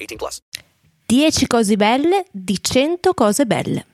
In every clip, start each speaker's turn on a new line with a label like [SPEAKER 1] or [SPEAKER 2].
[SPEAKER 1] 18 plus.
[SPEAKER 2] 10 cose belle di 100 cose belle.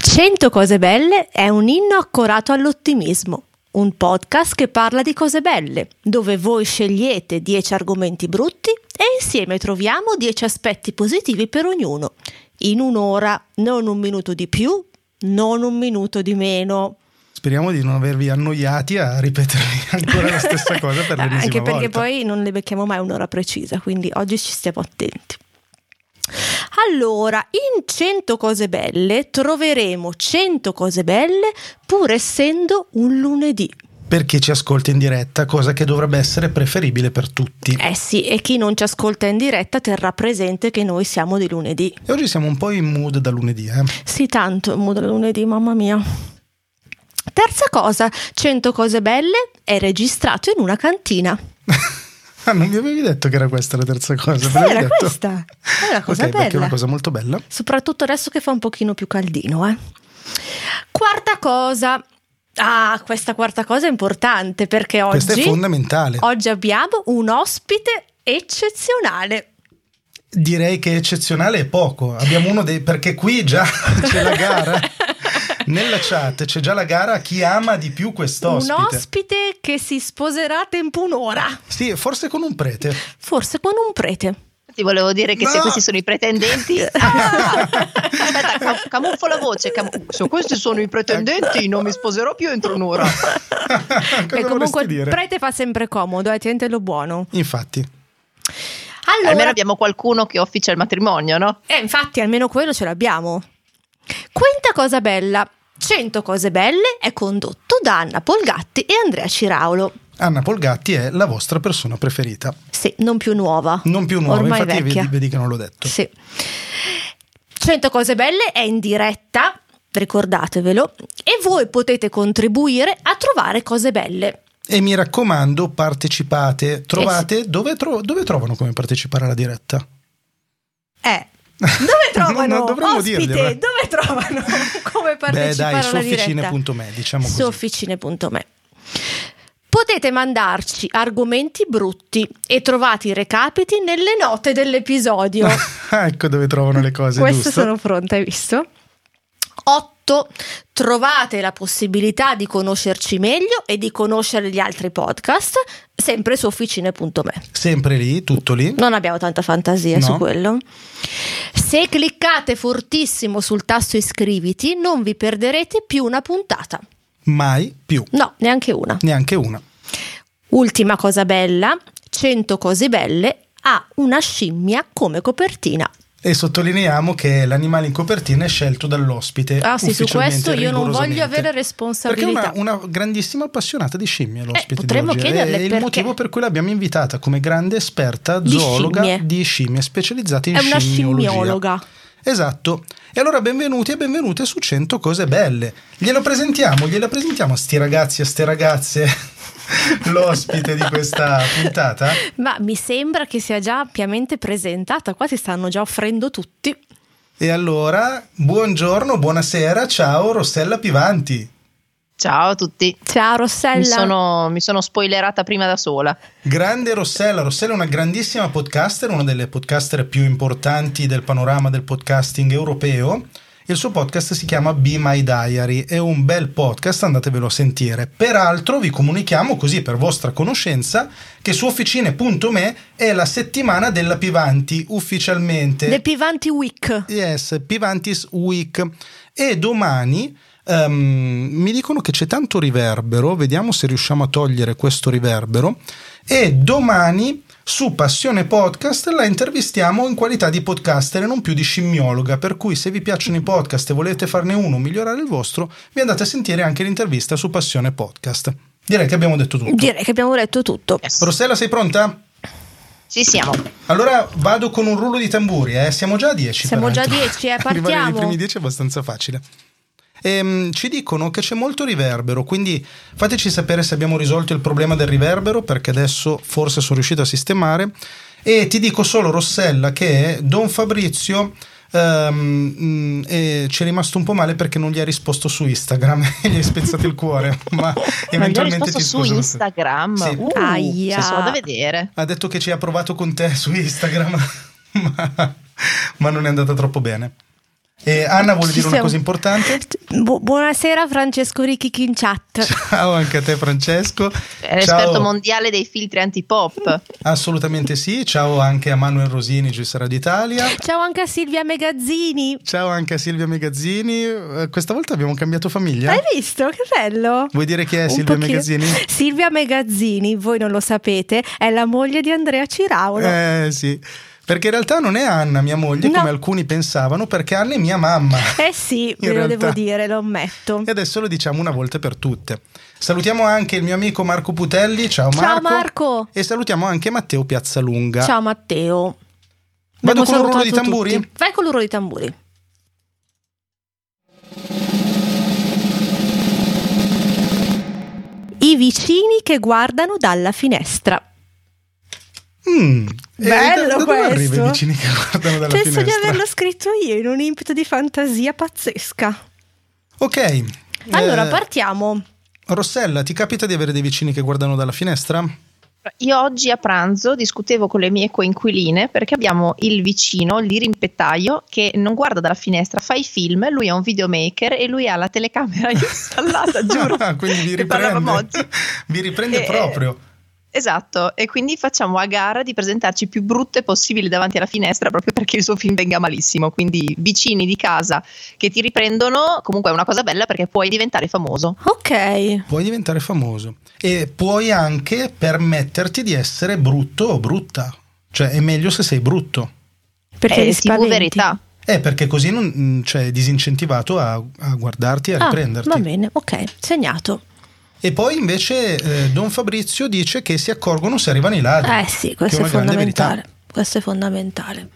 [SPEAKER 2] Cento cose belle è un inno accorato all'ottimismo, un podcast che parla di cose belle, dove voi scegliete 10 argomenti brutti e insieme troviamo 10 aspetti positivi per ognuno, in un'ora, non un minuto di più, non un minuto di meno.
[SPEAKER 3] Speriamo di non avervi annoiati a ripetervi ancora la stessa cosa per l'ennesima
[SPEAKER 2] Eh, Anche perché
[SPEAKER 3] volta.
[SPEAKER 2] poi non le becchiamo mai un'ora precisa, quindi oggi ci stiamo attenti. Allora, in 100 cose belle troveremo 100 cose belle pur essendo un lunedì.
[SPEAKER 3] Perché ci ascolta in diretta, cosa che dovrebbe essere preferibile per tutti.
[SPEAKER 2] Eh sì, e chi non ci ascolta in diretta terrà presente che noi siamo di lunedì.
[SPEAKER 3] E oggi siamo un po' in mood da lunedì, eh?
[SPEAKER 2] Sì, tanto, muda lunedì, mamma mia. Terza cosa, 100 cose belle è registrato in una cantina.
[SPEAKER 3] Ah, non mi avevi detto che era questa la terza cosa. me
[SPEAKER 2] Sì,
[SPEAKER 3] l'avevi
[SPEAKER 2] era
[SPEAKER 3] detto?
[SPEAKER 2] questa. È una cosa
[SPEAKER 3] ok, perché è
[SPEAKER 2] bella.
[SPEAKER 3] una cosa molto bella.
[SPEAKER 2] Soprattutto adesso che fa un pochino più caldino, eh. Quarta cosa. Ah, questa quarta cosa è importante perché
[SPEAKER 3] Questa è
[SPEAKER 2] oggi,
[SPEAKER 3] fondamentale.
[SPEAKER 2] oggi abbiamo un ospite eccezionale.
[SPEAKER 3] Direi che eccezionale è poco. Abbiamo uno dei. perché qui già c'è la gara. Nella chat c'è già la gara a chi ama di più quest'ospite.
[SPEAKER 2] Un ospite che si sposerà a tempo un'ora,
[SPEAKER 3] Sì, forse con un prete.
[SPEAKER 2] forse con un prete.
[SPEAKER 4] Ti volevo dire che se
[SPEAKER 3] No!
[SPEAKER 4] questi sono i pretendenti.
[SPEAKER 3] Eh.
[SPEAKER 4] Ah! Aspetta, ca- camuffo la voce. camu- se questi sono i pretendenti, non mi sposerò più entro un'ora.
[SPEAKER 3] Ecco. Cosa
[SPEAKER 2] e comunque
[SPEAKER 3] vorresti
[SPEAKER 2] il
[SPEAKER 3] dire?
[SPEAKER 2] prete fa sempre comodo, eh, tientelo buono.
[SPEAKER 3] Infatti,
[SPEAKER 2] Allora,
[SPEAKER 4] Almeno abbiamo qualcuno che officia il matrimonio, no?
[SPEAKER 2] Eh, infatti, almeno quello ce l'abbiamo. Quinta cosa bella. 100 cose belle è condotto da Anna Polgatti e Andrea Ciraulo.
[SPEAKER 3] Anna Polgatti è la vostra persona preferita.
[SPEAKER 2] Sì, non più nuova.
[SPEAKER 3] Non più nuova,
[SPEAKER 2] Ormai
[SPEAKER 3] infatti
[SPEAKER 2] vecchia.
[SPEAKER 3] vedi, vedi che non l'ho detto.
[SPEAKER 2] Sì. 100 cose belle è in diretta, ricordatevelo, e voi potete contribuire a trovare cose belle.
[SPEAKER 3] E mi raccomando,
[SPEAKER 2] Eh
[SPEAKER 3] partecipate. Trovate dove, tro- dove trovano come partecipare alla diretta?
[SPEAKER 2] Eh. Dove trovano?
[SPEAKER 3] Non dovremmo
[SPEAKER 2] Ospite,
[SPEAKER 3] dirglielo, eh.
[SPEAKER 2] dove trovano? Come partecipare
[SPEAKER 3] Beh, dai, su
[SPEAKER 2] alla diretta?
[SPEAKER 3] officine.me, diciamo così.
[SPEAKER 2] su officine.me. Potete mandarci argomenti brutti e trovate i recapiti nelle note dell'episodio.
[SPEAKER 3] Ah, ecco dove trovano le cose,
[SPEAKER 2] Questo
[SPEAKER 3] giusto?
[SPEAKER 2] sono pronta, hai visto? 8. Trovate la possibilità di conoscerci meglio e di conoscere gli altri podcast sempre su officine.me.
[SPEAKER 3] Sempre lì, tutto lì.
[SPEAKER 2] Non abbiamo tanta fantasia
[SPEAKER 3] No.
[SPEAKER 2] su quello. Se cliccate fortissimo sul tasto iscriviti, non vi perderete più una puntata.
[SPEAKER 3] Mai più.
[SPEAKER 2] No, neanche una.
[SPEAKER 3] Neanche una.
[SPEAKER 2] Ultima cosa bella, 100 cose belle, ha una scimmia come copertina.
[SPEAKER 3] E sottolineiamo che l'animale in copertina è scelto dall'ospite.
[SPEAKER 2] Ah, sì, su
[SPEAKER 3] ufficialmente,
[SPEAKER 2] questo io non
[SPEAKER 3] rigorosamente.
[SPEAKER 2] voglio avere responsabilità.
[SPEAKER 3] Perché è una, una grandissima appassionata di scimmie l'ospite. di
[SPEAKER 2] Eh, potremmo
[SPEAKER 3] oggi.
[SPEAKER 2] chiederle
[SPEAKER 3] È il
[SPEAKER 2] perché.
[SPEAKER 3] motivo per cui l'abbiamo invitata come grande esperta
[SPEAKER 2] Di
[SPEAKER 3] zoologa
[SPEAKER 2] scimmie.
[SPEAKER 3] di scimmie, specializzata in
[SPEAKER 2] È una
[SPEAKER 3] scimmiologia.
[SPEAKER 2] scimmiologa.
[SPEAKER 3] Esatto. E allora benvenuti e benvenute su 100 cose belle. Glielo presentiamo, gliela presentiamo a sti ragazzi e a ste ragazze l'ospite di questa puntata.
[SPEAKER 2] Ma mi sembra che sia già ampiamente presentata, qua si stanno già offrendo tutti.
[SPEAKER 3] E allora, buongiorno, buonasera, ciao Rossella Pivanti.
[SPEAKER 4] Ciao a tutti.
[SPEAKER 2] Ciao Rossella.
[SPEAKER 4] Mi sono, mi sono spoilerata prima da sola.
[SPEAKER 3] Grande Rossella, Rossella è una grandissima podcaster, una delle podcaster più importanti del panorama del podcasting europeo. Il suo podcast si chiama Be My Diary, è un bel podcast, andatevelo a sentire. Peraltro vi comunichiamo così per vostra conoscenza che su officine.me è la settimana della Pivanti ufficialmente.
[SPEAKER 2] Le Pivanti Week.
[SPEAKER 3] Yes, Pivantis Week. E domani ehm, mi dicono che c'è tanto riverbero, vediamo se riusciamo a togliere questo riverbero. E domani Su Passione Podcast la intervistiamo in qualità di podcaster e non più di scimmiologa, per cui se vi piacciono i podcast e volete farne uno, migliorare il vostro, vi andate a sentire anche l'intervista su Passione Podcast. Direi che abbiamo detto tutto.
[SPEAKER 2] Direi che abbiamo detto tutto.
[SPEAKER 4] Yes.
[SPEAKER 3] Rossella, sei pronta?
[SPEAKER 4] Ci siamo.
[SPEAKER 3] Allora vado con un rullo di tamburi, eh? siamo già a 10.
[SPEAKER 2] Siamo
[SPEAKER 3] peraltro.
[SPEAKER 2] già a 10, eh,
[SPEAKER 3] Arrivare ai
[SPEAKER 2] partiamo.
[SPEAKER 3] primi 10 è abbastanza facile. Ehm, ci dicono che c'è molto riverbero, quindi fateci sapere se abbiamo risolto il problema del riverbero, perché adesso forse sono riuscito a sistemare. E ti dico solo, Rossella, che Don Fabrizio ehm, mh, eh, ci è rimasto un po' male perché non gli ha risposto su Instagram e gli hai spezzato il cuore, ma eventualmente
[SPEAKER 4] risposto
[SPEAKER 3] ti
[SPEAKER 4] su
[SPEAKER 3] scuso.
[SPEAKER 4] Instagram.
[SPEAKER 3] Sì.
[SPEAKER 4] Uh,
[SPEAKER 2] Aia.
[SPEAKER 4] ci sono da vedere.
[SPEAKER 3] Ha detto che ci ha provato con te su Instagram, ma, ma non è andata troppo bene. E Anna vuole
[SPEAKER 2] Ci
[SPEAKER 3] dire una
[SPEAKER 2] siamo.
[SPEAKER 3] cosa importante?
[SPEAKER 2] Bu- buonasera Francesco Ricchi in chat.
[SPEAKER 3] Ciao anche a te Francesco.
[SPEAKER 4] È
[SPEAKER 2] Eh,
[SPEAKER 4] l'esperto
[SPEAKER 3] Ciao.
[SPEAKER 4] mondiale dei filtri antipop.
[SPEAKER 3] Assolutamente sì. Ciao anche a Manuel Rosini, Gessera d'Italia.
[SPEAKER 2] Ciao anche a Silvia Megazzini.
[SPEAKER 3] Ciao anche a Silvia Megazzini. Eh, Questa volta abbiamo cambiato famiglia.
[SPEAKER 2] Hai visto? Che bello!
[SPEAKER 3] Vuoi dire chi è
[SPEAKER 2] Un
[SPEAKER 3] Eh, Silvia
[SPEAKER 2] pochino.
[SPEAKER 3] Megazzini?
[SPEAKER 2] Silvia Megazzini, voi non lo sapete, è la moglie di Andrea Ciraulo.
[SPEAKER 3] Eh sì. Perché in realtà non è Anna, mia moglie,
[SPEAKER 2] No.
[SPEAKER 3] come alcuni pensavano, perché Anna è mia mamma.
[SPEAKER 2] Eh sì,
[SPEAKER 3] In
[SPEAKER 2] ve lo
[SPEAKER 3] realtà.
[SPEAKER 2] devo dire, lo ammetto.
[SPEAKER 3] E adesso lo diciamo una volta per tutte. Salutiamo anche il mio amico Marco Putelli. Ciao Marco.
[SPEAKER 2] Ciao Marco!
[SPEAKER 3] E salutiamo anche Matteo Piazzalunga.
[SPEAKER 2] Ciao Matteo!
[SPEAKER 3] Vado con un
[SPEAKER 2] Abbiamo
[SPEAKER 3] rullo
[SPEAKER 2] salutato
[SPEAKER 3] di tamburi?
[SPEAKER 2] tutti. Vai con l'urlo di tamburi. I vicini che guardano dalla finestra.
[SPEAKER 3] Mm. E da,
[SPEAKER 2] Bello
[SPEAKER 3] da dove
[SPEAKER 2] questo.
[SPEAKER 3] arriva i vicini che guardano dalla
[SPEAKER 2] Penso di
[SPEAKER 3] finestra?
[SPEAKER 2] averlo scritto io in un impeto di fantasia pazzesca.
[SPEAKER 3] Ok.
[SPEAKER 2] Allora,
[SPEAKER 3] Eh,
[SPEAKER 2] partiamo.
[SPEAKER 3] Rossella, ti capita di avere dei vicini che guardano dalla finestra?
[SPEAKER 4] Io oggi a pranzo discutevo con le mie coinquiline perché abbiamo il vicino, il lirimpettaio, che non guarda dalla finestra, fa i film, lui è un videomaker e lui ha la telecamera installata, giuro.
[SPEAKER 3] Ah, Quindi vi
[SPEAKER 4] ne parlavamo
[SPEAKER 3] riprende.
[SPEAKER 4] oggi.
[SPEAKER 3] vi riprende
[SPEAKER 4] Eh,
[SPEAKER 3] proprio.
[SPEAKER 4] Esatto, e quindi facciamo a gara di presentarci più brutte possibili davanti alla finestra proprio perché il suo film venga malissimo. Quindi vicini di casa che ti riprendono, comunque è una cosa bella perché puoi diventare famoso.
[SPEAKER 2] Ok.
[SPEAKER 3] Puoi diventare famoso e puoi anche permetterti di essere brutto o brutta. Cioè, è meglio se sei brutto.
[SPEAKER 2] Perché
[SPEAKER 4] è
[SPEAKER 2] li
[SPEAKER 4] Eh, TV
[SPEAKER 2] spaventi.
[SPEAKER 4] verità.
[SPEAKER 3] Eh, perché così non mm, cioè, è disincentivato a, a guardarti e a
[SPEAKER 2] Ah,
[SPEAKER 3] riprenderti.
[SPEAKER 2] va bene, ok, segnato.
[SPEAKER 3] E poi invece eh, Don Fabrizio dice che si accorgono se arrivano i ladri.
[SPEAKER 2] Eh sì, questo
[SPEAKER 3] che
[SPEAKER 2] è,
[SPEAKER 3] è una grande
[SPEAKER 2] fondamentale. Questo è fondamentale.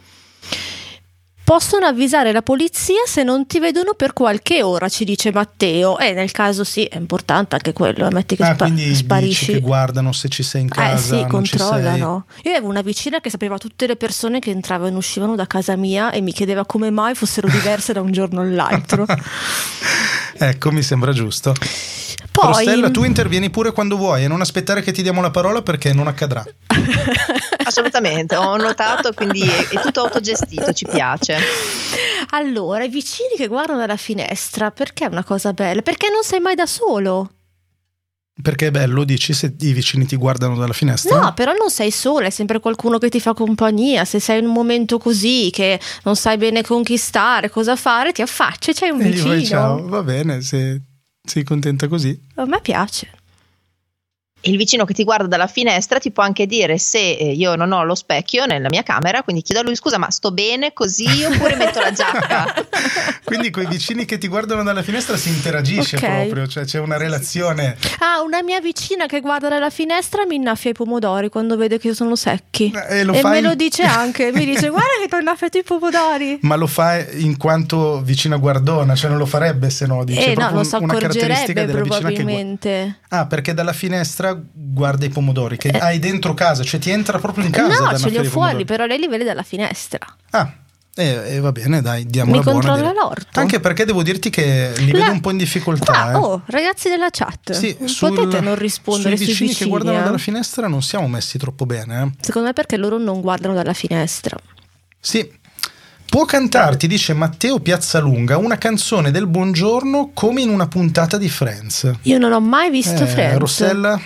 [SPEAKER 2] Possono avvisare la polizia se non ti vedono per qualche ora, ci dice Matteo. E nel caso sì, è importante anche quello, eh, metti che
[SPEAKER 3] ah,
[SPEAKER 2] spa-
[SPEAKER 3] quindi dici
[SPEAKER 2] sparisci.
[SPEAKER 3] che guardano se ci sei in
[SPEAKER 2] eh
[SPEAKER 3] casa.
[SPEAKER 2] sì,
[SPEAKER 3] non ci sei.
[SPEAKER 2] controllano. Io avevo una vicina che sapeva tutte le persone che entravano e uscivano da casa mia e mi chiedeva come mai fossero diverse da un giorno all'altro.
[SPEAKER 3] ecco, mi sembra giusto.
[SPEAKER 2] Poi
[SPEAKER 3] Rossella, tu intervieni pure quando vuoi e non aspettare che ti diamo la parola perché non accadrà.
[SPEAKER 4] Assolutamente, ho notato, quindi è- è tutto autogestito, ci piace.
[SPEAKER 2] Allora, i vicini che guardano dalla finestra, perché è una cosa bella? Perché non sei mai da solo?
[SPEAKER 3] Perché è bello, dici, se i vicini ti guardano dalla finestra.
[SPEAKER 2] No, però non sei sola, è sempre qualcuno che ti fa compagnia. Se sei in un momento così che non sai bene conquistare, cosa fare, ti affacci e c'è un
[SPEAKER 3] e gli fai ciao,
[SPEAKER 2] vicino.
[SPEAKER 3] va bene, se sei contenta così.
[SPEAKER 2] A me piace.
[SPEAKER 4] E il vicino che ti guarda dalla finestra ti può anche dire se eh, io non ho lo specchio nella mia camera, quindi chiedo a lui scusa, ma sto bene così oppure metto la giacca?
[SPEAKER 3] Quindi con i vicini che ti guardano dalla finestra si interagisce
[SPEAKER 2] Ok.
[SPEAKER 3] proprio, cioè c'è una relazione.
[SPEAKER 2] Ah, una mia vicina che guarda dalla finestra mi innaffia i pomodori quando vede che io sono secchi.
[SPEAKER 3] E lo fai-
[SPEAKER 2] me lo dice anche, mi dice guarda che ti ho innaffiato i pomodori.
[SPEAKER 3] Ma lo fa in quanto vicina guardona, cioè non lo farebbe se no, dice
[SPEAKER 2] eh no,
[SPEAKER 3] proprio
[SPEAKER 2] lo
[SPEAKER 3] un-
[SPEAKER 2] si
[SPEAKER 3] una caratteristica
[SPEAKER 2] accorgerebbe
[SPEAKER 3] della vicina che guarda.
[SPEAKER 2] probabilmente.
[SPEAKER 3] Ah, perché dalla finestra guarda i pomodori che hai dentro casa, cioè ti entra proprio in casa. da
[SPEAKER 2] Eh. no, ce li ho
[SPEAKER 3] annaffiare i
[SPEAKER 2] fuori,
[SPEAKER 3] pomodori.
[SPEAKER 2] però lei li vede dalla finestra.
[SPEAKER 3] Ah, e, e va bene, dai, diamo
[SPEAKER 2] Mi
[SPEAKER 3] una buona.
[SPEAKER 2] controlla
[SPEAKER 3] direi.
[SPEAKER 2] l'orto.
[SPEAKER 3] Anche perché devo dirti che li
[SPEAKER 2] La-
[SPEAKER 3] vedo un po' in difficoltà.
[SPEAKER 2] Qua,
[SPEAKER 3] eh.
[SPEAKER 2] oh, ragazzi della chat,
[SPEAKER 3] Sì,
[SPEAKER 2] non
[SPEAKER 3] sul-
[SPEAKER 2] potete non rispondere
[SPEAKER 3] sui
[SPEAKER 2] sui
[SPEAKER 3] vicini che guardano
[SPEAKER 2] eh?
[SPEAKER 3] dalla finestra non siamo messi troppo bene. eh.
[SPEAKER 2] Secondo me perché loro non guardano dalla finestra.
[SPEAKER 3] Sì. Può cantarti, dice Matteo Piazzalunga, una canzone del buongiorno come in una puntata di Friends.
[SPEAKER 2] Io non ho mai visto
[SPEAKER 3] Eh,
[SPEAKER 2] Friends.
[SPEAKER 3] Rossella?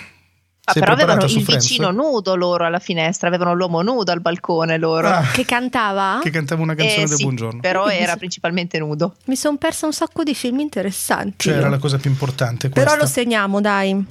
[SPEAKER 4] Ah,
[SPEAKER 3] sei
[SPEAKER 4] però
[SPEAKER 3] preparata
[SPEAKER 4] avevano
[SPEAKER 3] su
[SPEAKER 4] il
[SPEAKER 3] Friends?
[SPEAKER 4] vicino nudo loro alla finestra, avevano l'uomo nudo al balcone loro.
[SPEAKER 3] Ah,
[SPEAKER 2] Che cantava?
[SPEAKER 3] che cantava una canzone
[SPEAKER 4] Eh,
[SPEAKER 3] del
[SPEAKER 4] sì,
[SPEAKER 3] buongiorno.
[SPEAKER 4] Però
[SPEAKER 2] Quindi
[SPEAKER 4] era
[SPEAKER 2] se-
[SPEAKER 4] principalmente nudo.
[SPEAKER 2] Mi sono persa un sacco di film interessanti.
[SPEAKER 3] Cioè
[SPEAKER 2] io.
[SPEAKER 3] era la cosa più importante
[SPEAKER 2] Però
[SPEAKER 3] questa.
[SPEAKER 2] lo segniamo, dai.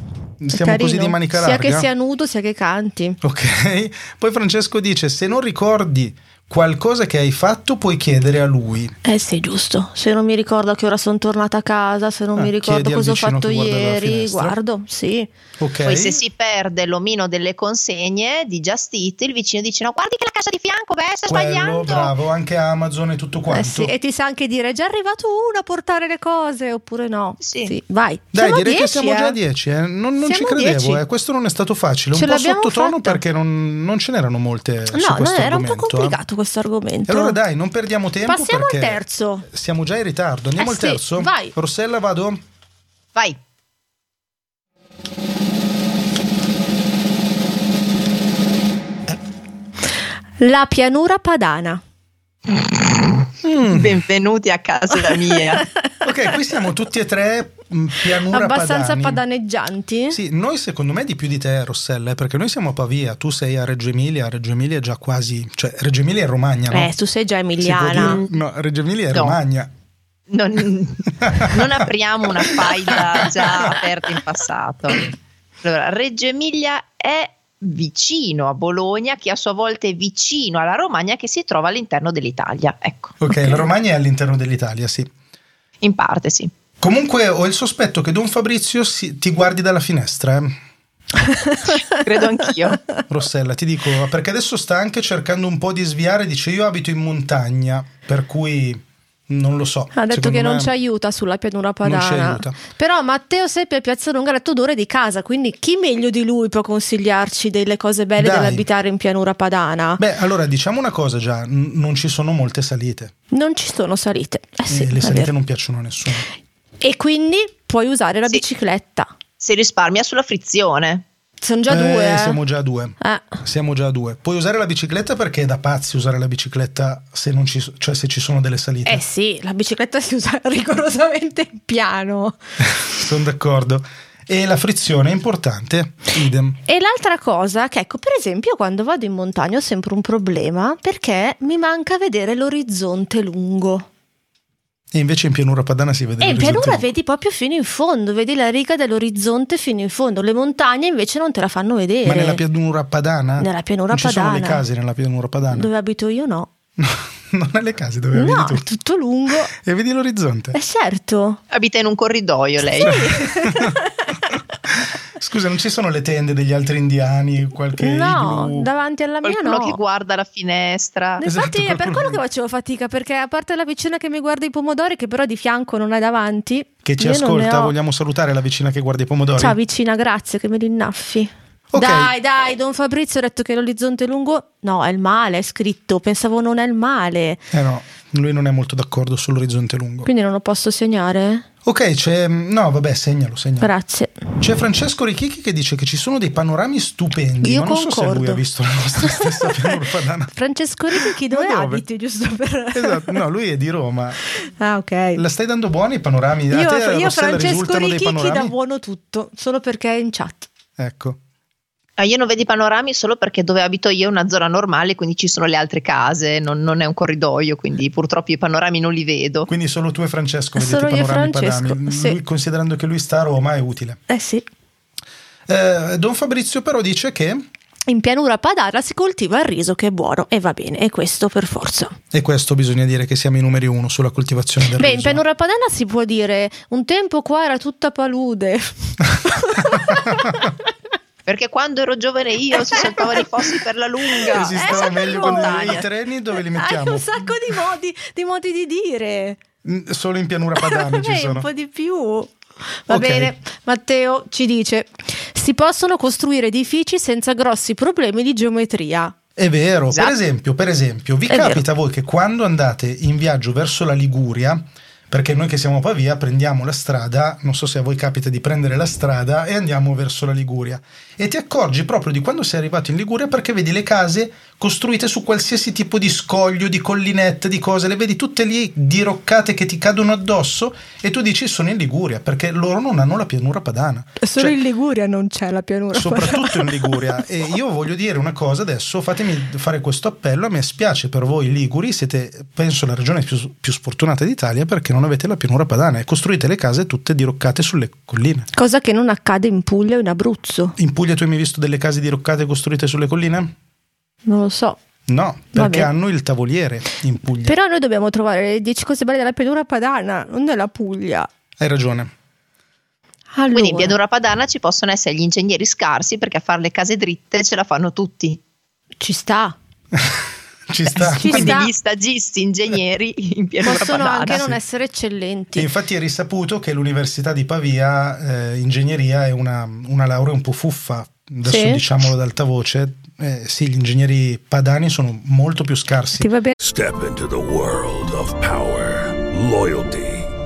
[SPEAKER 3] Siamo così di manica
[SPEAKER 2] Sia
[SPEAKER 3] larga.
[SPEAKER 2] che sia nudo, sia che canti.
[SPEAKER 3] Ok. Poi Francesco dice: Se non ricordi qualcosa che hai fatto, puoi chiedere a lui.
[SPEAKER 2] Eh sì, giusto. Se non mi ricordo a che ora sono tornata a casa, se non
[SPEAKER 3] Ah,
[SPEAKER 2] mi ricordo
[SPEAKER 3] chiedi al
[SPEAKER 2] cosa ho
[SPEAKER 3] vicino
[SPEAKER 2] fatto
[SPEAKER 3] che guarda dalla
[SPEAKER 2] ieri,
[SPEAKER 3] finestra.
[SPEAKER 2] guardo, sì. Eh
[SPEAKER 3] Ok.
[SPEAKER 4] Poi se si perde l'omino delle consegne di Just Eat, il vicino dice no guardi che la cassa di fianco, beh, sta
[SPEAKER 3] Quello,
[SPEAKER 4] sbagliando.
[SPEAKER 3] bravo, anche Amazon e tutto quanto.
[SPEAKER 2] Eh sì, E ti sa anche dire, è già arrivato uno a portare le cose, oppure no.
[SPEAKER 4] Sì.
[SPEAKER 2] vai.
[SPEAKER 3] Dai,
[SPEAKER 2] Siamo
[SPEAKER 3] direi che
[SPEAKER 2] dieci,
[SPEAKER 3] siamo già a
[SPEAKER 2] eh.
[SPEAKER 3] 10, eh. non, non ci
[SPEAKER 2] Siamo a
[SPEAKER 3] credevo,
[SPEAKER 2] 10.
[SPEAKER 3] eh. questo non è stato facile, un
[SPEAKER 2] Ce
[SPEAKER 3] po'
[SPEAKER 2] l'abbiamo
[SPEAKER 3] sottotono
[SPEAKER 2] fatta.
[SPEAKER 3] perché non, non ce n'erano molte su
[SPEAKER 2] No, no,
[SPEAKER 3] questo
[SPEAKER 2] era un
[SPEAKER 3] argomento.
[SPEAKER 2] po' complicato
[SPEAKER 3] eh.
[SPEAKER 2] questo argomento.
[SPEAKER 3] E allora dai, non perdiamo tempo
[SPEAKER 2] Passiamo al
[SPEAKER 3] perché
[SPEAKER 2] terzo.
[SPEAKER 3] siamo già in ritardo, andiamo
[SPEAKER 2] Eh
[SPEAKER 3] al
[SPEAKER 2] sì,
[SPEAKER 3] terzo.
[SPEAKER 2] vai.
[SPEAKER 3] Rossella vado?
[SPEAKER 4] Vai.
[SPEAKER 2] La pianura padana.
[SPEAKER 3] Mm.
[SPEAKER 4] Benvenuti a casa mia.
[SPEAKER 3] Ok, qui siamo tutti e tre mh, pianura
[SPEAKER 2] Abbastanza
[SPEAKER 3] padani.
[SPEAKER 2] padaneggianti.
[SPEAKER 3] Sì, noi secondo me di più di te Rossella, eh, perché noi siamo a Pavia, tu sei a Reggio Emilia, Reggio Emilia è già quasi, cioè Reggio Emilia è Romagna, no?
[SPEAKER 2] Eh, tu sei già
[SPEAKER 3] Si può
[SPEAKER 2] emiliana.
[SPEAKER 3] dire? No, Reggio Emilia è
[SPEAKER 4] No.
[SPEAKER 3] Romagna.
[SPEAKER 4] Non, non apriamo una faida già aperta in passato. Allora, Reggio Emilia è vicino a Bologna, che a sua volta è vicino alla Romagna, che si trova all'interno dell'Italia. Ecco,
[SPEAKER 3] ok, la Romagna è all'interno dell'Italia, sì.
[SPEAKER 4] in parte sì.
[SPEAKER 3] Comunque ho il sospetto che Don Fabrizio si- ti guardi dalla finestra, eh.
[SPEAKER 4] Credo anch'io.
[SPEAKER 3] Rossella, ti dico, perché adesso sta anche cercando un po' di sviare, dice io abito in montagna, per cui non lo so.
[SPEAKER 2] Ha detto
[SPEAKER 3] Secondo
[SPEAKER 2] che non
[SPEAKER 3] me-
[SPEAKER 2] ci aiuta sulla pianura
[SPEAKER 3] ci
[SPEAKER 2] padana.
[SPEAKER 3] aiuta.
[SPEAKER 2] Però Matteo Seppe a Piazza Lunga ha detto due ore di casa, quindi chi meglio di lui può consigliarci delle cose belle
[SPEAKER 3] Dai.
[SPEAKER 2] dell'abitare in pianura padana?
[SPEAKER 3] Beh, allora diciamo una cosa già, n- non ci sono molte salite,
[SPEAKER 2] Non ci sono salite. Eh sì,
[SPEAKER 3] e
[SPEAKER 2] è
[SPEAKER 3] le salite
[SPEAKER 2] vero.
[SPEAKER 3] non piacciono a nessuno.
[SPEAKER 2] E quindi puoi usare la
[SPEAKER 4] Sì.
[SPEAKER 2] bicicletta.
[SPEAKER 4] Si risparmia sulla frizione.
[SPEAKER 2] Sono già
[SPEAKER 3] Eh,
[SPEAKER 2] due. eh.
[SPEAKER 3] Siamo già a due.
[SPEAKER 2] Eh.
[SPEAKER 3] Siamo già a due. Puoi usare la bicicletta perché è da pazzi usare la bicicletta se, non ci, so- cioè se ci sono delle salite.
[SPEAKER 2] Eh sì, la bicicletta si usa rigorosamente piano.
[SPEAKER 3] Sono d'accordo. E la frizione è importante, idem.
[SPEAKER 2] E l'altra cosa che ecco, per esempio, quando vado in montagna ho sempre un problema perché mi manca vedere l'orizzonte lungo.
[SPEAKER 3] E invece in pianura padana si vede
[SPEAKER 2] E Eh, in
[SPEAKER 3] l'orizzonte
[SPEAKER 2] pianura
[SPEAKER 3] lungo.
[SPEAKER 2] vedi proprio fino in fondo, vedi la riga dell'orizzonte fino in fondo. Le montagne invece non te la fanno vedere.
[SPEAKER 3] Ma nella pianura padana?
[SPEAKER 2] Nella pianura
[SPEAKER 3] non ci sono le
[SPEAKER 2] padana.
[SPEAKER 3] case nella pianura padana?
[SPEAKER 2] Dove abito io no.
[SPEAKER 3] non è le case dove
[SPEAKER 2] No,
[SPEAKER 3] abiti
[SPEAKER 2] è
[SPEAKER 3] tu.
[SPEAKER 2] tutto lungo.
[SPEAKER 3] E vedi l'orizzonte.
[SPEAKER 2] Eh certo.
[SPEAKER 4] Abita in un corridoio lei.
[SPEAKER 3] Scusa, non ci sono le tende degli altri indiani, qualche
[SPEAKER 2] no,
[SPEAKER 3] igloo?
[SPEAKER 2] davanti alla mia
[SPEAKER 4] Qualcuno
[SPEAKER 2] no.
[SPEAKER 4] che guarda la finestra.
[SPEAKER 3] Esatto,
[SPEAKER 2] Infatti è per
[SPEAKER 3] qualcuno
[SPEAKER 2] quello
[SPEAKER 3] che-
[SPEAKER 2] che facevo fatica, perché a parte la vicina che mi guarda i pomodori, che però di fianco non è davanti,
[SPEAKER 3] che ci
[SPEAKER 2] io non ne
[SPEAKER 3] ascolta,
[SPEAKER 2] ho.
[SPEAKER 3] vogliamo salutare la vicina che guarda i pomodori.
[SPEAKER 2] Ciao vicina, grazie che me li innaffi.
[SPEAKER 3] Ok.
[SPEAKER 2] Dai, dai, Don Fabrizio ha detto che l'orizzonte è lungo. No, è il male, è scritto. Pensavo non è il male.
[SPEAKER 3] Eh no, lui non è molto d'accordo sull'orizzonte lungo.
[SPEAKER 2] Quindi non lo posso segnare?
[SPEAKER 3] Ok, c'è mm, no, vabbè, segnalo, segnalo.
[SPEAKER 2] Grazie.
[SPEAKER 3] C'è Francesco Ricchichi che dice che ci sono dei panorami stupendi,
[SPEAKER 2] Io
[SPEAKER 3] ma non so se lui
[SPEAKER 2] concordo.
[SPEAKER 3] ha visto la nostra stessa pianura padana.
[SPEAKER 2] Francesco Ricchi, dove,
[SPEAKER 3] Ma dove?
[SPEAKER 2] abiti? Giusto per...
[SPEAKER 3] Esatto, no, lui è di Roma.
[SPEAKER 2] Ah, ok.
[SPEAKER 3] La stai dando buoni i panorami?
[SPEAKER 2] Io,
[SPEAKER 3] a te,
[SPEAKER 2] io
[SPEAKER 3] Rossella,
[SPEAKER 2] Francesco
[SPEAKER 3] risultano dei
[SPEAKER 2] Ricchi chi
[SPEAKER 3] panorami?
[SPEAKER 2] da buono tutto, solo perché è in chat.
[SPEAKER 3] Ecco.
[SPEAKER 4] Ah, io non vedo i panorami solo perché dove abito io è una zona normale, quindi ci sono le altre case, non, non è un corridoio, quindi purtroppo i panorami non li vedo.
[SPEAKER 3] Quindi solo tu e Francesco vedete
[SPEAKER 2] Solo
[SPEAKER 3] i
[SPEAKER 2] io e
[SPEAKER 3] panorami
[SPEAKER 2] Francesco,
[SPEAKER 3] padani.
[SPEAKER 2] sì.
[SPEAKER 3] Lui, considerando che lui sta a Roma, è utile.
[SPEAKER 2] Eh sì.
[SPEAKER 3] Eh, Don Fabrizio però dice che,
[SPEAKER 2] In pianura padana si coltiva il riso che è buono e va bene, e questo per forza.
[SPEAKER 3] e questo bisogna dire che siamo i numeri uno sulla coltivazione del
[SPEAKER 2] Beh, in
[SPEAKER 3] riso.
[SPEAKER 2] pianura padana si può dire un tempo qua era tutta palude.
[SPEAKER 4] Perché quando ero giovane io si saltavano i fossi per la lunga.
[SPEAKER 2] Esatto.
[SPEAKER 3] Esisteva
[SPEAKER 4] Eh, saltavo
[SPEAKER 3] meglio
[SPEAKER 4] in
[SPEAKER 3] quando
[SPEAKER 4] montagna.
[SPEAKER 3] eri- i treni dove li mettiamo?
[SPEAKER 2] Hai un sacco di modi di, modi di dire.
[SPEAKER 3] Mm, Solo in pianura padana ci
[SPEAKER 2] Eh,
[SPEAKER 3] sono.
[SPEAKER 2] un po' di più. Va
[SPEAKER 3] Ok.
[SPEAKER 2] bene, Matteo ci dice: si possono costruire edifici senza grossi problemi di geometria.
[SPEAKER 3] È vero,
[SPEAKER 4] Esatto.
[SPEAKER 3] per esempio, per esempio, vi
[SPEAKER 2] È
[SPEAKER 3] capita a voi che quando andate in viaggio verso la Liguria, perché noi che siamo a Pavia prendiamo la strada, non so se a voi capita di prendere la strada e andiamo verso la Liguria e ti accorgi proprio di quando sei arrivato in Liguria perché vedi le case costruite su qualsiasi tipo di scoglio, di collinette, di cose, le vedi tutte lì diroccate che ti cadono addosso e tu dici sono in Liguria perché loro non hanno la pianura padana. Cioè,
[SPEAKER 2] Liguria non c'è la pianura.
[SPEAKER 3] soprattutto in Liguria. E io voglio dire una cosa adesso, fatemi fare questo appello, a me spiace per voi liguri, siete penso la regione più, più sfortunata d'Italia perché non avete la pianura padana e costruite le case tutte diroccate sulle colline.
[SPEAKER 2] Cosa che non accade in Puglia o in Abruzzo.
[SPEAKER 3] In Puglia tu hai mai visto delle case diroccate costruite sulle colline?
[SPEAKER 2] Non lo so.
[SPEAKER 3] No,
[SPEAKER 2] Vabbè.
[SPEAKER 3] perché hanno il tavoliere in Puglia.
[SPEAKER 2] Però noi dobbiamo trovare le 10 cose belle della pianura padana, non della Puglia.
[SPEAKER 3] Hai ragione.
[SPEAKER 2] Allora,
[SPEAKER 4] Quindi in Pianura Padana ci possono essere gli ingegneri scarsi perché a fare le case dritte ce la fanno tutti.
[SPEAKER 2] ci sta.
[SPEAKER 3] Ci sta.
[SPEAKER 2] Ci
[SPEAKER 4] Quindi
[SPEAKER 2] sta.
[SPEAKER 4] gli stagisti, ingegneri in Pianura
[SPEAKER 2] Possono
[SPEAKER 4] Padana.
[SPEAKER 2] anche non
[SPEAKER 3] sì.
[SPEAKER 2] essere eccellenti.
[SPEAKER 3] E infatti è risaputo che l'Università di Pavia, eh, ingegneria, è una, una laurea un po' fuffa, adesso
[SPEAKER 2] Sì.
[SPEAKER 3] diciamolo ad alta voce. Eh, sì, gli ingegneri padani sono molto più scarsi.
[SPEAKER 2] Ti va bene?
[SPEAKER 5] Step into the world of power, loyalty,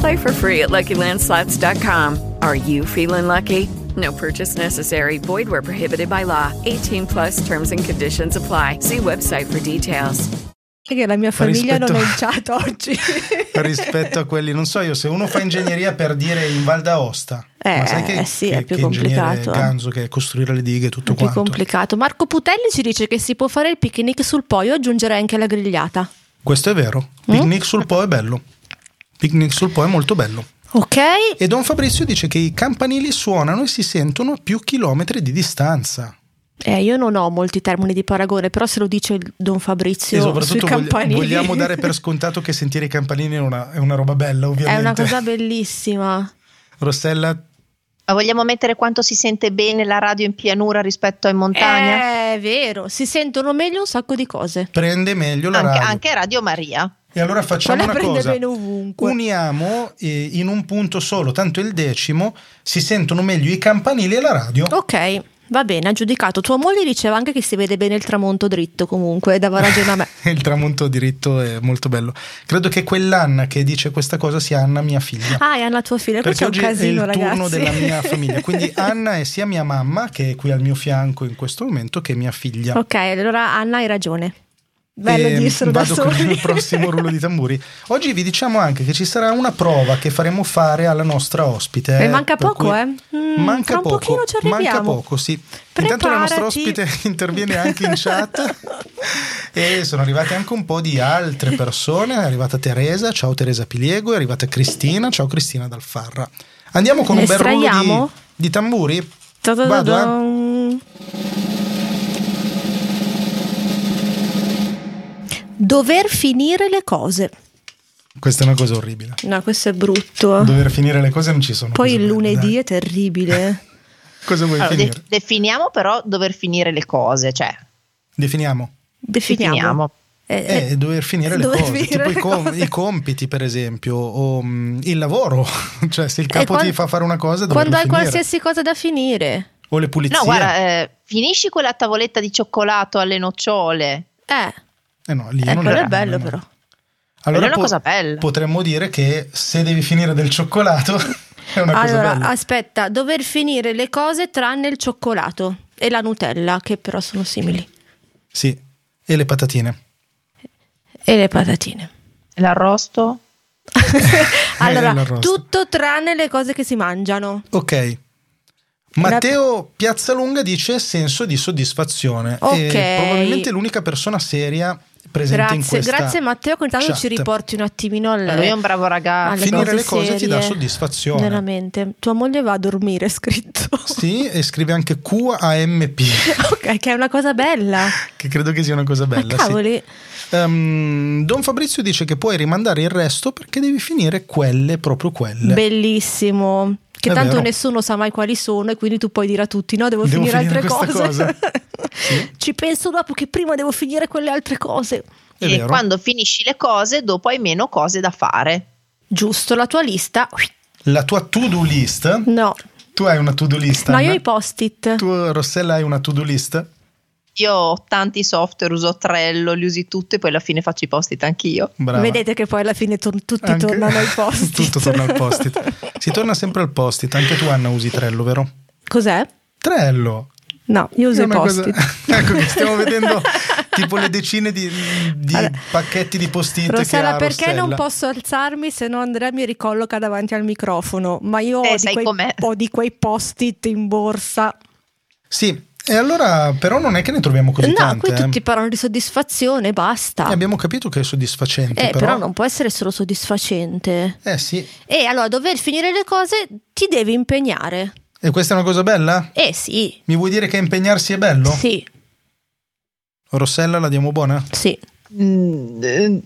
[SPEAKER 6] Play for free at LuckyLandSlots.com. Are you feeling lucky? No purchase necessary. Void where prohibited by law. 18 plus terms and conditions apply. See website for details.
[SPEAKER 2] Che la mia famiglia
[SPEAKER 3] Rispetto-
[SPEAKER 2] non è in chat oggi.
[SPEAKER 3] rispetto a quelli, non so io, se uno fa ingegneria per dire in Val d'Aosta,
[SPEAKER 2] Eh,
[SPEAKER 3] ma sai che,
[SPEAKER 2] sì,
[SPEAKER 3] che-
[SPEAKER 2] è più
[SPEAKER 3] che ingegnere
[SPEAKER 2] complicato, eh.
[SPEAKER 3] Ganzo che è costruire le dighe e tutto
[SPEAKER 2] È più
[SPEAKER 3] quanto.
[SPEAKER 2] complicato. Marco Putelli ci dice che si può fare il picnic sul poio e aggiungere anche la grigliata.
[SPEAKER 3] Questo è vero.
[SPEAKER 2] Mm?
[SPEAKER 3] Picnic sul Po è bello. Picnic sul Po è molto bello.
[SPEAKER 2] Ok?
[SPEAKER 3] E Don Fabrizio dice che i campanili suonano e si sentono a più chilometri di distanza.
[SPEAKER 2] Eh, io non ho molti termini di paragone, però se lo dice il Don Fabrizio
[SPEAKER 3] e
[SPEAKER 2] sui
[SPEAKER 3] soprattutto vogli-
[SPEAKER 2] campanili
[SPEAKER 3] vogliamo dare per scontato che sentire i campanili è una, è una roba bella,
[SPEAKER 2] È
[SPEAKER 3] ovviamente.
[SPEAKER 2] una cosa bellissima.
[SPEAKER 3] Rossella,
[SPEAKER 4] Ma vogliamo mettere quanto si sente bene la radio in pianura rispetto in montagna?
[SPEAKER 2] Eh, È vero, si sentono meglio un sacco di cose.
[SPEAKER 3] prende meglio la
[SPEAKER 4] anche,
[SPEAKER 3] radio.
[SPEAKER 4] anche Radio Maria.
[SPEAKER 3] E allora facciamo
[SPEAKER 2] Quella
[SPEAKER 3] una
[SPEAKER 2] prende
[SPEAKER 3] cosa.
[SPEAKER 2] bene ovunque.
[SPEAKER 3] Uniamo eh, in un punto solo, tanto il decimo, si sentono meglio i campanili e la radio.
[SPEAKER 2] Ok, va bene, ha giudicato. Tua moglie diceva anche che si vede bene il tramonto dritto comunque, dava ragione a me.
[SPEAKER 3] Il tramonto diritto è molto bello. Credo che quell'Anna che dice questa cosa sia Anna, mia figlia.
[SPEAKER 2] Ah, è Anna tua figlia, qui
[SPEAKER 3] Perché
[SPEAKER 2] c'è un
[SPEAKER 3] oggi
[SPEAKER 2] casino
[SPEAKER 3] è il turno
[SPEAKER 2] ragazzi.
[SPEAKER 3] della mia famiglia. Quindi Anna è sia mia mamma, che è qui al mio fianco in questo momento, che mia figlia.
[SPEAKER 2] Ok, allora Anna hai ragione. Bello
[SPEAKER 3] E
[SPEAKER 2] dirselo da
[SPEAKER 3] Ehm, vado con
[SPEAKER 2] soli.
[SPEAKER 3] il prossimo rullo di tamburi. Oggi vi diciamo anche che ci sarà una prova che faremo fare alla nostra ospite.
[SPEAKER 2] Eh,
[SPEAKER 3] eh,
[SPEAKER 2] manca
[SPEAKER 3] per
[SPEAKER 2] poco,
[SPEAKER 3] cui-
[SPEAKER 2] eh. Mm,
[SPEAKER 3] manca
[SPEAKER 2] tra un
[SPEAKER 3] poco.
[SPEAKER 2] pochino ci
[SPEAKER 3] Manca
[SPEAKER 2] arriviamo.
[SPEAKER 3] poco, sì. Intanto la nostra
[SPEAKER 2] Preparati.
[SPEAKER 3] ospite interviene anche in chat. e sono arrivate anche un po' di altre persone. È arrivata Teresa, ciao Teresa Piliego. È arrivata Cristina, ciao Cristina Dalfarra. Andiamo con
[SPEAKER 2] Ne
[SPEAKER 3] un bel rullo
[SPEAKER 2] estraiamo?
[SPEAKER 3] di, di tamburi. Vado, eh?
[SPEAKER 2] Ta-ta-ta-dam. Dover finire le cose.
[SPEAKER 3] Questa è una cosa orribile.
[SPEAKER 2] No, questo è brutto.
[SPEAKER 3] Dover finire le cose non ci sono.
[SPEAKER 2] Oh. Poi
[SPEAKER 3] cose
[SPEAKER 2] il
[SPEAKER 3] belle,
[SPEAKER 2] lunedì Ah,
[SPEAKER 3] dai.
[SPEAKER 2] è terribile.
[SPEAKER 3] Cosa vuoi
[SPEAKER 4] Allora, de-
[SPEAKER 3] finire?
[SPEAKER 4] definiamo però dover finire le cose, cioè
[SPEAKER 3] Definiamo.
[SPEAKER 2] Definiamo.
[SPEAKER 4] Definiamo.
[SPEAKER 2] Eh,
[SPEAKER 3] Eh,
[SPEAKER 2] eh,
[SPEAKER 3] dover finire le
[SPEAKER 2] dover
[SPEAKER 3] cose,
[SPEAKER 2] finire
[SPEAKER 3] tipo
[SPEAKER 2] le
[SPEAKER 3] i, com-
[SPEAKER 2] cose.
[SPEAKER 3] i compiti per esempio, o mm, il lavoro, cioè se il
[SPEAKER 2] eh,
[SPEAKER 3] capo
[SPEAKER 2] quan-
[SPEAKER 3] ti fa fare una cosa dovremmo
[SPEAKER 2] Quando hai
[SPEAKER 3] finire.
[SPEAKER 2] qualsiasi cosa da finire.
[SPEAKER 3] O le pulizie.
[SPEAKER 4] No, guarda, eh, finisci quella tavoletta di cioccolato alle nocciole.
[SPEAKER 2] Eh,
[SPEAKER 3] Eh no, lì
[SPEAKER 2] eh,
[SPEAKER 3] non
[SPEAKER 2] quello
[SPEAKER 3] era-
[SPEAKER 2] è bello
[SPEAKER 3] non era-
[SPEAKER 2] però.
[SPEAKER 3] Allora
[SPEAKER 4] Però è una
[SPEAKER 3] po-
[SPEAKER 4] cosa bella.
[SPEAKER 3] Potremmo dire che se devi finire del cioccolato è una cosa
[SPEAKER 2] Allora,
[SPEAKER 3] bella.
[SPEAKER 2] aspetta, dover finire le cose tranne il cioccolato e la Nutella, che però sono simili.
[SPEAKER 3] Sì, e le patatine.
[SPEAKER 2] E le patatine.
[SPEAKER 4] L'arrosto?
[SPEAKER 3] Eh,
[SPEAKER 2] Allora,
[SPEAKER 3] l'arrosto.
[SPEAKER 2] tutto tranne le cose che si mangiano.
[SPEAKER 3] Ok. Matteo Piazzalunga dice senso di soddisfazione.
[SPEAKER 2] Ok.
[SPEAKER 3] E probabilmente è l'unica persona seria presente in
[SPEAKER 2] Grazie,
[SPEAKER 3] questa
[SPEAKER 2] grazie Matteo, che intanto
[SPEAKER 3] chat.
[SPEAKER 2] ci riporti un attimino al...
[SPEAKER 4] Lui è un bravo ragazzo.
[SPEAKER 2] alle
[SPEAKER 3] Finire le cose ti dà
[SPEAKER 2] serie.
[SPEAKER 3] soddisfazione.
[SPEAKER 2] Veramente. Tua moglie va a dormire, è scritto.
[SPEAKER 3] Sì, e scrive anche QAMP,
[SPEAKER 2] ok, che è una cosa bella.
[SPEAKER 3] che credo che sia una cosa bella.
[SPEAKER 2] Ma
[SPEAKER 3] sì.
[SPEAKER 2] cavoli,
[SPEAKER 3] Ehm, Don Fabrizio dice che puoi rimandare il resto perché devi finire quelle, proprio quelle.
[SPEAKER 2] bellissimo. Che
[SPEAKER 3] È
[SPEAKER 2] tanto
[SPEAKER 3] vero.
[SPEAKER 2] nessuno sa mai quali sono e quindi tu puoi dire a tutti, no, devo,
[SPEAKER 3] Devo
[SPEAKER 2] finire,
[SPEAKER 3] finire
[SPEAKER 2] altre
[SPEAKER 3] questa
[SPEAKER 2] cose. Ci penso dopo che prima devo finire quelle altre cose.
[SPEAKER 3] È
[SPEAKER 4] e
[SPEAKER 3] vero.
[SPEAKER 4] quando finisci le cose, dopo hai meno cose da fare.
[SPEAKER 2] Giusto, la tua lista?
[SPEAKER 3] La tua to-do list?
[SPEAKER 2] No.
[SPEAKER 3] Tu hai una to-do list?
[SPEAKER 2] No, io
[SPEAKER 3] Anna?
[SPEAKER 2] ho i post-it.
[SPEAKER 3] Tu, Rossella, hai una to-do list?
[SPEAKER 4] Io ho tanti software, uso Trello, li usi tutti e poi alla fine faccio i post-it anch'io.
[SPEAKER 3] Brava.
[SPEAKER 2] Vedete che poi alla fine tor- tutti
[SPEAKER 3] Anche-
[SPEAKER 2] tornano ai post-it.
[SPEAKER 3] Tutto torna al post-it. Si torna sempre al post-it. Anche tu, Anna, usi Trello, vero?
[SPEAKER 2] Cos'è?
[SPEAKER 3] Trello.
[SPEAKER 2] No, io uso
[SPEAKER 3] È
[SPEAKER 2] i
[SPEAKER 3] una cosa-
[SPEAKER 2] post-it.
[SPEAKER 3] ecco che stiamo vedendo tipo le decine di, di
[SPEAKER 2] Allora,
[SPEAKER 3] pacchetti di post-it. che
[SPEAKER 2] Rossella,
[SPEAKER 3] ha
[SPEAKER 2] perché non
[SPEAKER 3] Rossella.
[SPEAKER 2] posso alzarmi se no Andrea mi ricolloca davanti al microfono? Ma io
[SPEAKER 4] Eh,
[SPEAKER 2] ho, di
[SPEAKER 4] sai
[SPEAKER 2] quei,
[SPEAKER 4] com'è.
[SPEAKER 2] ho di quei post-it in borsa.
[SPEAKER 3] Sì, e allora però non è che ne troviamo così
[SPEAKER 2] no,
[SPEAKER 3] tante.
[SPEAKER 2] qui
[SPEAKER 3] eh.
[SPEAKER 2] tutti parlano di soddisfazione, basta.
[SPEAKER 3] E abbiamo capito che è soddisfacente,
[SPEAKER 2] Eh, però...
[SPEAKER 3] però...
[SPEAKER 2] non può essere solo soddisfacente.
[SPEAKER 3] Eh sì,
[SPEAKER 2] E allora, dover finire le cose ti devi impegnare.
[SPEAKER 3] e questa è una cosa bella?
[SPEAKER 2] Eh sì,
[SPEAKER 3] Mi vuoi dire che impegnarsi è bello?
[SPEAKER 2] sì,
[SPEAKER 3] Rossella la diamo buona?
[SPEAKER 2] sì.
[SPEAKER 4] Mm, eh,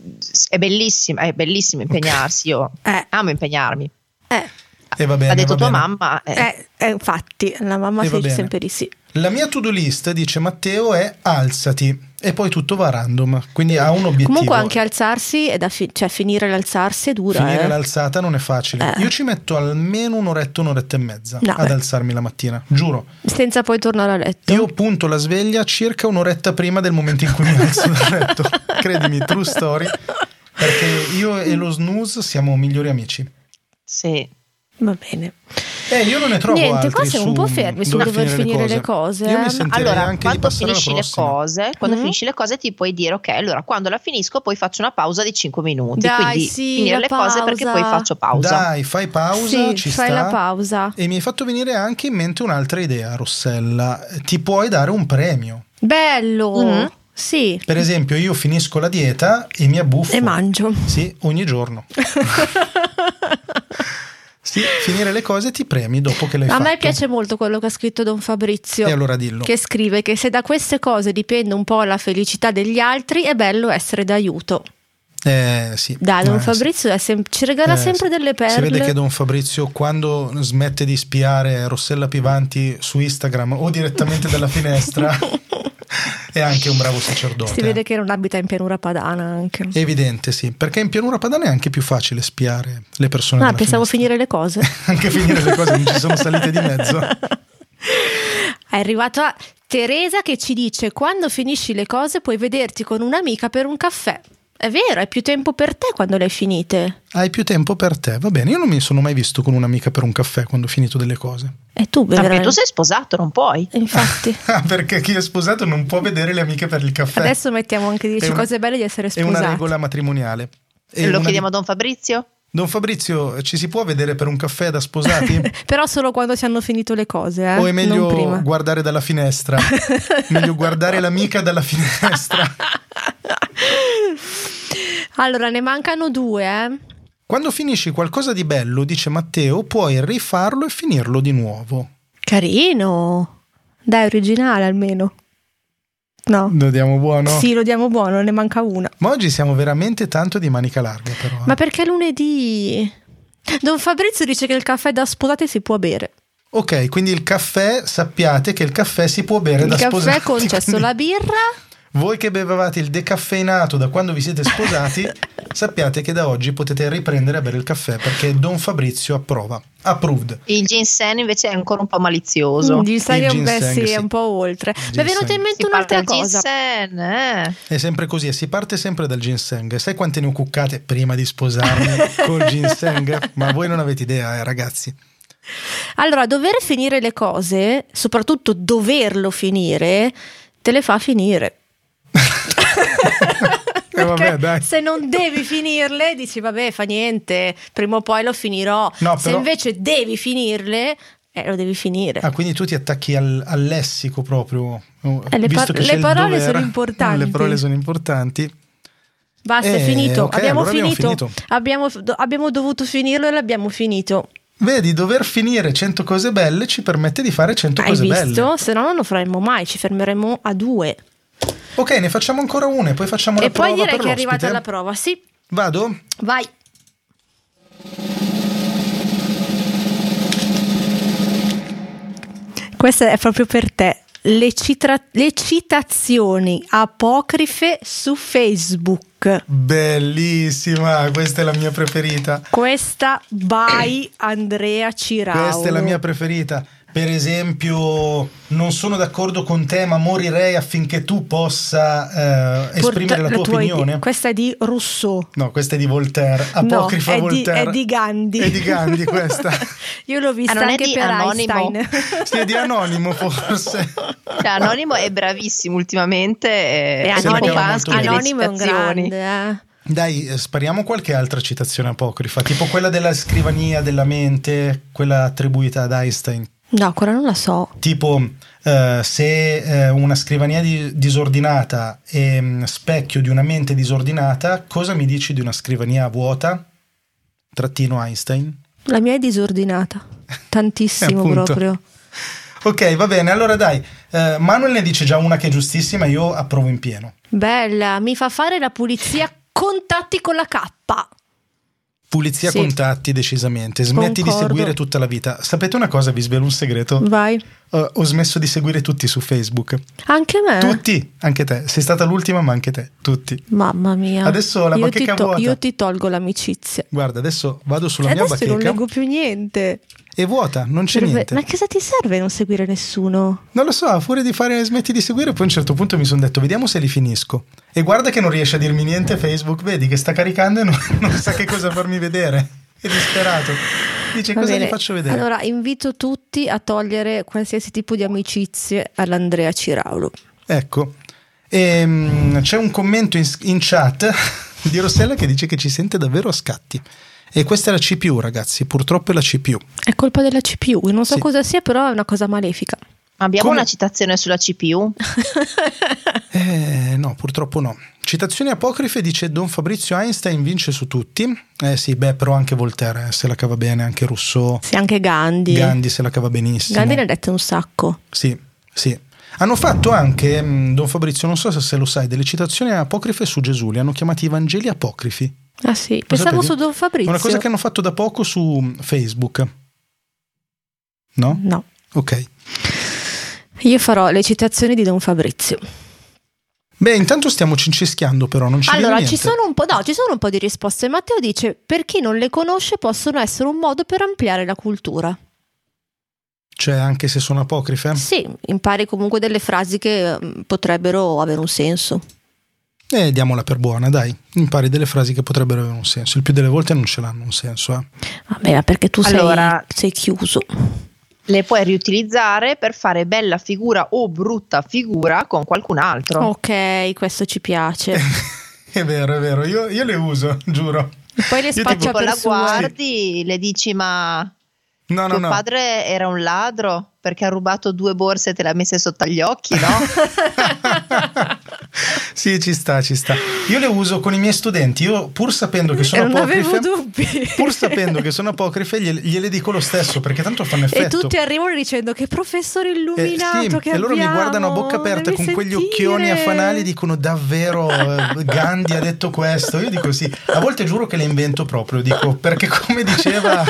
[SPEAKER 4] è bellissimo, è bellissimo impegnarsi. Io
[SPEAKER 2] Eh,
[SPEAKER 4] amo impegnarmi.
[SPEAKER 2] eh,
[SPEAKER 3] E va bene.
[SPEAKER 4] ha detto
[SPEAKER 3] va
[SPEAKER 4] tua
[SPEAKER 3] bene.
[SPEAKER 4] mamma. eh.
[SPEAKER 2] eh, eh, infatti, la mamma
[SPEAKER 3] E Eh, va
[SPEAKER 2] si dice
[SPEAKER 3] bene.
[SPEAKER 2] sempre di sì.
[SPEAKER 3] La mia to-do list, dice Matteo, è alzati e poi tutto va a random, quindi ha un obiettivo.
[SPEAKER 2] Comunque anche alzarsi, è da fi- cioè finire l'alzarsi è dura.
[SPEAKER 3] Finire
[SPEAKER 2] eh.
[SPEAKER 3] l'alzata non è facile.
[SPEAKER 2] Eh.
[SPEAKER 3] Io ci metto almeno un'oretta, un'oretta e mezza
[SPEAKER 2] No,
[SPEAKER 3] ad
[SPEAKER 2] beh.
[SPEAKER 3] alzarmi la mattina, giuro.
[SPEAKER 2] Senza poi tornare a letto.
[SPEAKER 3] Io punto la sveglia circa un'oretta prima del momento in cui mi alzo dal letto. Credimi, true story. Perché io e lo snooze siamo migliori amici.
[SPEAKER 4] Sì.
[SPEAKER 2] Va bene.
[SPEAKER 3] Eh, io non ne trovo
[SPEAKER 2] Niente,
[SPEAKER 3] altri
[SPEAKER 2] qua siamo
[SPEAKER 3] su
[SPEAKER 2] un po' fermi su dover finire le cose. eh.
[SPEAKER 3] Io mi sentirei
[SPEAKER 4] Allora,
[SPEAKER 3] anche di
[SPEAKER 4] quando
[SPEAKER 3] passare alla
[SPEAKER 4] finisci le
[SPEAKER 3] prossima.
[SPEAKER 4] cose, quando
[SPEAKER 2] Mhm.
[SPEAKER 4] finisci le cose ti puoi dire ok, allora quando la finisco poi faccio una pausa di 5 minuti,
[SPEAKER 2] Dai,
[SPEAKER 4] quindi
[SPEAKER 2] sì,
[SPEAKER 4] finire
[SPEAKER 2] la
[SPEAKER 4] le cose perché
[SPEAKER 2] pausa.
[SPEAKER 4] poi faccio pausa.
[SPEAKER 3] Dai, fai pausa,
[SPEAKER 2] sì,
[SPEAKER 3] ci
[SPEAKER 2] fai
[SPEAKER 3] sta.
[SPEAKER 2] la pausa.
[SPEAKER 3] E mi hai fatto venire anche in mente un'altra idea, Rossella. Ti puoi dare un premio.
[SPEAKER 2] Bello.
[SPEAKER 3] Mm-hmm.
[SPEAKER 4] Mhm.
[SPEAKER 2] Sì.
[SPEAKER 3] Per esempio, io finisco la dieta e mi abbuffo.
[SPEAKER 2] E mangio.
[SPEAKER 3] Sì, ogni giorno. sì, finire le cose ti premi dopo che le hai
[SPEAKER 2] A
[SPEAKER 3] fatto.
[SPEAKER 2] me piace molto quello che ha scritto Don Fabrizio.
[SPEAKER 3] E allora dillo.
[SPEAKER 2] Che scrive che se da queste cose dipende un po' la felicità degli altri, è bello essere d'aiuto.
[SPEAKER 3] Eh, sì.
[SPEAKER 2] Dai, Don
[SPEAKER 3] Eh, sì.
[SPEAKER 2] Fabrizio è sem- ci regala
[SPEAKER 3] Eh,
[SPEAKER 2] sempre
[SPEAKER 3] sì.
[SPEAKER 2] delle perle.
[SPEAKER 3] Si vede che Don Fabrizio quando smette di spiare Rossella Pivanti su Instagram o direttamente dalla finestra è anche un bravo sacerdote.
[SPEAKER 2] Si vede che non abita in pianura padana anche.
[SPEAKER 3] È evidente, eh. sì, perché in pianura padana è anche più facile spiare le persone.
[SPEAKER 2] Ah,
[SPEAKER 3] dalla
[SPEAKER 2] pensavo
[SPEAKER 3] finestra.
[SPEAKER 2] finire le cose.
[SPEAKER 3] Anche finire le cose, mi ci sono salite di mezzo.
[SPEAKER 2] È arrivata Teresa che ci dice: Quando finisci le cose, puoi vederti con un'amica per un caffè. È vero, hai più tempo per te quando le hai finite.
[SPEAKER 3] Hai più tempo per te, va bene. Io non mi sono mai visto con un'amica per un caffè quando ho finito delle cose.
[SPEAKER 2] E tu,
[SPEAKER 4] Ma perché
[SPEAKER 2] veramente-
[SPEAKER 4] tu sei sposato, non puoi.
[SPEAKER 2] Infatti,
[SPEAKER 3] Ah, perché chi è sposato non può vedere le amiche per il caffè.
[SPEAKER 2] adesso mettiamo anche 10
[SPEAKER 3] È una-
[SPEAKER 2] cose belle di essere
[SPEAKER 3] È una
[SPEAKER 2] sposati.
[SPEAKER 3] regola matrimoniale. E
[SPEAKER 4] Lo
[SPEAKER 3] Eh, una-
[SPEAKER 4] chiediamo a Don Fabrizio?
[SPEAKER 3] Don Fabrizio, ci si può vedere per un caffè da sposati?
[SPEAKER 2] Però solo quando si hanno finito le cose, eh?
[SPEAKER 3] o è
[SPEAKER 2] non
[SPEAKER 3] meglio
[SPEAKER 2] prima.
[SPEAKER 3] guardare dalla finestra? meglio guardare l'amica dalla finestra.
[SPEAKER 2] allora, ne mancano due, eh?
[SPEAKER 3] Quando finisci qualcosa di bello, dice Matteo, puoi rifarlo e finirlo di nuovo.
[SPEAKER 2] Carino. Dai, originale almeno. No.
[SPEAKER 3] Lo diamo buono?
[SPEAKER 2] Sì, lo diamo buono, ne manca una.
[SPEAKER 3] Ma oggi siamo veramente tanto di manica larga, però. eh.
[SPEAKER 2] Ma perché lunedì? Don Fabrizio dice che il caffè da sposate si può bere.
[SPEAKER 3] Ok, quindi il caffè, sappiate che il caffè si può bere
[SPEAKER 2] il
[SPEAKER 3] da
[SPEAKER 2] caffè
[SPEAKER 3] sposati.
[SPEAKER 2] concesso
[SPEAKER 3] quindi
[SPEAKER 2] la birra.
[SPEAKER 3] Voi che bevevate il decaffeinato da quando vi siete sposati, sappiate che da oggi potete riprendere a bere il caffè perché Don Fabrizio approva. Approved.
[SPEAKER 4] Il ginseng invece è ancora un po' malizioso.
[SPEAKER 2] Il ginseng
[SPEAKER 3] Il
[SPEAKER 2] è un- beh,
[SPEAKER 3] ginseng,
[SPEAKER 2] sì,
[SPEAKER 3] sì.
[SPEAKER 2] è un po' oltre. Mi è
[SPEAKER 3] ginseng.
[SPEAKER 2] venuta in mente
[SPEAKER 4] Si parte
[SPEAKER 2] un'altra
[SPEAKER 4] al
[SPEAKER 2] cosa.
[SPEAKER 4] ginseng, eh.
[SPEAKER 3] È sempre così e si parte sempre dal ginseng. Sai quante ne ho cuccate prima di sposarmi col ginseng? Ma voi non avete idea, eh, ragazzi.
[SPEAKER 2] Allora, dover finire le cose, soprattutto doverlo finire, te le fa finire.
[SPEAKER 3] Eh, vabbè,
[SPEAKER 2] Perché
[SPEAKER 3] dai.
[SPEAKER 2] Se non devi finirle, dici vabbè, fa niente, prima o poi lo finirò.
[SPEAKER 3] No,
[SPEAKER 2] se
[SPEAKER 3] però-
[SPEAKER 2] invece devi finirle, eh, lo devi finire.
[SPEAKER 3] Ah, quindi tu ti attacchi al, al lessico proprio. oh,
[SPEAKER 2] Eh, le par-
[SPEAKER 3] visto che
[SPEAKER 2] le
[SPEAKER 3] c'è il
[SPEAKER 2] parole
[SPEAKER 3] dovere.
[SPEAKER 2] sono importanti.
[SPEAKER 3] Le parole sono importanti.
[SPEAKER 2] Basta,
[SPEAKER 3] Eh,
[SPEAKER 2] è finito.
[SPEAKER 3] ok,
[SPEAKER 2] abbiamo,
[SPEAKER 3] allora abbiamo
[SPEAKER 2] finito.
[SPEAKER 3] finito.
[SPEAKER 2] Abbiamo, do- abbiamo dovuto finirlo e l'abbiamo finito.
[SPEAKER 3] Vedi, dover finire 100 cose belle ci permette di fare 100
[SPEAKER 2] Hai
[SPEAKER 3] cose
[SPEAKER 2] visto?
[SPEAKER 3] belle.
[SPEAKER 2] Se no non lo faremmo mai, ci fermeremo a due.
[SPEAKER 3] Ok, ne facciamo ancora una e poi facciamo la
[SPEAKER 2] e poi
[SPEAKER 3] prova
[SPEAKER 2] direi
[SPEAKER 3] per
[SPEAKER 2] che è arrivata
[SPEAKER 3] l'ospite.
[SPEAKER 2] la prova. Sì,
[SPEAKER 3] Vado?
[SPEAKER 2] vai. Questa è proprio per te. le, citra- le citazioni apocrife su Facebook.
[SPEAKER 3] Bellissima, questa è la mia preferita.
[SPEAKER 2] Questa by Andrea Cirao.
[SPEAKER 3] Questa è la mia preferita. Per esempio, non sono d'accordo con te, ma morirei affinché tu possa eh, esprimere la tua, opinione.
[SPEAKER 2] Questa è di Rousseau.
[SPEAKER 3] No, questa è di Voltaire, apocrifa
[SPEAKER 2] no, è
[SPEAKER 3] Voltaire.
[SPEAKER 2] Di, è di Gandhi.
[SPEAKER 3] È di Gandhi questa.
[SPEAKER 2] Io l'ho vista
[SPEAKER 4] Ah, non è
[SPEAKER 2] anche
[SPEAKER 4] di
[SPEAKER 2] per
[SPEAKER 4] Anonimo?
[SPEAKER 2] Einstein.
[SPEAKER 3] sì, è di Anonimo forse.
[SPEAKER 4] Cioè, Anonimo è bravissimo ultimamente. eh,
[SPEAKER 2] E
[SPEAKER 4] È
[SPEAKER 3] Se la
[SPEAKER 2] Anonimo,
[SPEAKER 3] cava molto bene.
[SPEAKER 2] Anonimo è un grande. eh.
[SPEAKER 3] Dai, eh, spariamo qualche altra citazione apocrifa, tipo quella della scrivania della mente, quella attribuita ad Einstein.
[SPEAKER 2] No, ancora non la so.
[SPEAKER 3] Tipo, eh, se eh, una scrivania di- disordinata è mm, specchio di una mente disordinata, cosa mi dici di una scrivania vuota? Trattino Einstein.
[SPEAKER 2] La mia è disordinata.
[SPEAKER 3] Eh,
[SPEAKER 2] Tantissimo
[SPEAKER 3] appunto.
[SPEAKER 2] proprio.
[SPEAKER 3] Ok, va bene, allora dai, eh, Manuel ne dice già una che è giustissima, io approvo in pieno.
[SPEAKER 2] Bella, mi fa fare la pulizia contatti con la K.
[SPEAKER 3] Pulizia
[SPEAKER 2] Sì.
[SPEAKER 3] contatti decisamente, smetti
[SPEAKER 2] Concordo.
[SPEAKER 3] di seguire tutta la vita. Sapete una cosa, vi svelo un segreto?
[SPEAKER 2] Vai.
[SPEAKER 3] Eh, ho smesso di seguire tutti su Facebook.
[SPEAKER 2] Anche me.
[SPEAKER 3] Tutti, anche te. Sei stata l'ultima, ma anche te. Tutti.
[SPEAKER 2] Mamma mia.
[SPEAKER 3] Adesso ho la
[SPEAKER 2] io ti,
[SPEAKER 3] bacheca vuota.
[SPEAKER 2] io ti tolgo l'amicizia.
[SPEAKER 3] Guarda, adesso vado sulla mia
[SPEAKER 2] Cioè, adesso non
[SPEAKER 3] bacheca.
[SPEAKER 2] leggo più niente.
[SPEAKER 3] È vuota, non c'è
[SPEAKER 2] Serve-
[SPEAKER 3] niente.
[SPEAKER 2] Ma che cosa ti serve non seguire nessuno?
[SPEAKER 3] Non lo so, a furia di fare smetti di seguire, poi a un certo punto mi sono detto, vediamo se li finisco. E guarda che non riesce a dirmi niente Facebook, vedi che sta caricando e non, non sa che cosa farmi vedere. È disperato. Dice,
[SPEAKER 2] Va
[SPEAKER 3] cosa
[SPEAKER 2] bene.
[SPEAKER 3] gli faccio vedere?
[SPEAKER 2] Allora, invito tutti a togliere qualsiasi tipo di amicizie all'Andrea Ciraulo.
[SPEAKER 3] Ecco. Ehm, c'è un commento in, in chat di Rossella che dice che ci sente davvero a scatti. E questa è la CPU, ragazzi, purtroppo è la CPU.
[SPEAKER 2] È colpa della CPU, non so
[SPEAKER 3] Sì.
[SPEAKER 2] cosa sia, però è una cosa malefica.
[SPEAKER 4] Abbiamo
[SPEAKER 3] Come-
[SPEAKER 4] una citazione sulla CPU?
[SPEAKER 3] Eh, no, purtroppo no. Citazioni apocrife dice Don Fabrizio Einstein vince su tutti. Eh sì, beh, però anche Voltaire eh, se la cava bene, anche Rousseau,
[SPEAKER 2] Sì, anche Gandhi.
[SPEAKER 3] Gandhi se la cava benissimo.
[SPEAKER 2] Gandhi ne ha dette un sacco.
[SPEAKER 3] Sì, sì. Hanno fatto anche, mh, Don Fabrizio, non so se, se lo sai, delle citazioni apocrife su Gesù, li hanno chiamati i Vangeli apocrifi. Lo
[SPEAKER 2] Ah sì, pensavo
[SPEAKER 3] sapevi?
[SPEAKER 2] su Don Fabrizio.
[SPEAKER 3] Una cosa che hanno fatto da poco su mh, Facebook. No?
[SPEAKER 2] No,
[SPEAKER 3] Ok.
[SPEAKER 2] io farò le citazioni di Don Fabrizio.
[SPEAKER 3] Beh, intanto stiamo cincischiando però, non ci viene
[SPEAKER 2] allora,
[SPEAKER 3] niente.
[SPEAKER 2] ci sono, un po', no, ci sono un po' di risposte. Matteo dice, per chi non le conosce possono essere un modo per ampliare la cultura.
[SPEAKER 3] Cioè, anche se sono apocrife?
[SPEAKER 2] Sì, impari comunque delle frasi che mm, potrebbero avere un senso.
[SPEAKER 3] E eh, diamola per buona, dai. Impari delle frasi che potrebbero avere un senso. Il più delle volte non ce l'hanno un senso. eh.
[SPEAKER 2] Vabbè, ma perché tu sei-
[SPEAKER 4] Allora-
[SPEAKER 2] sei chiuso.
[SPEAKER 4] Le puoi riutilizzare per fare bella figura o brutta figura con qualcun altro.
[SPEAKER 2] Oh, Ok, questo ci piace.
[SPEAKER 3] È vero, è vero. Io, io le uso, giuro.
[SPEAKER 2] Poi le
[SPEAKER 3] Io tipo-
[SPEAKER 2] spaccia
[SPEAKER 4] Tipo
[SPEAKER 2] per
[SPEAKER 4] la
[SPEAKER 2] sue.
[SPEAKER 4] guardi, le dici ma
[SPEAKER 3] No, no,
[SPEAKER 4] tuo
[SPEAKER 3] no.
[SPEAKER 4] padre era un ladro perché ha rubato due borse e te le ha messe sotto agli occhi, no?
[SPEAKER 3] sì, ci sta, ci sta. Io le uso con i miei studenti. Io, pur sapendo che
[SPEAKER 2] E
[SPEAKER 3] sono
[SPEAKER 2] non avevo
[SPEAKER 3] apocrife,
[SPEAKER 2] dubbi.
[SPEAKER 3] pur sapendo che sono apocrife, gliele, gliele dico lo stesso perché tanto fanno
[SPEAKER 2] E
[SPEAKER 3] effetto.
[SPEAKER 2] tutti arrivano dicendo che professore illuminato
[SPEAKER 3] Eh, sì,
[SPEAKER 2] che
[SPEAKER 3] e loro mi
[SPEAKER 2] abbiamo,
[SPEAKER 3] guardano a bocca aperta con
[SPEAKER 2] devi
[SPEAKER 3] quegli
[SPEAKER 2] sentire."
[SPEAKER 3] occhioni a fanali e dicono davvero eh, Gandhi ha detto questo. Io dico sì, a volte giuro che le invento proprio, dico perché come diceva,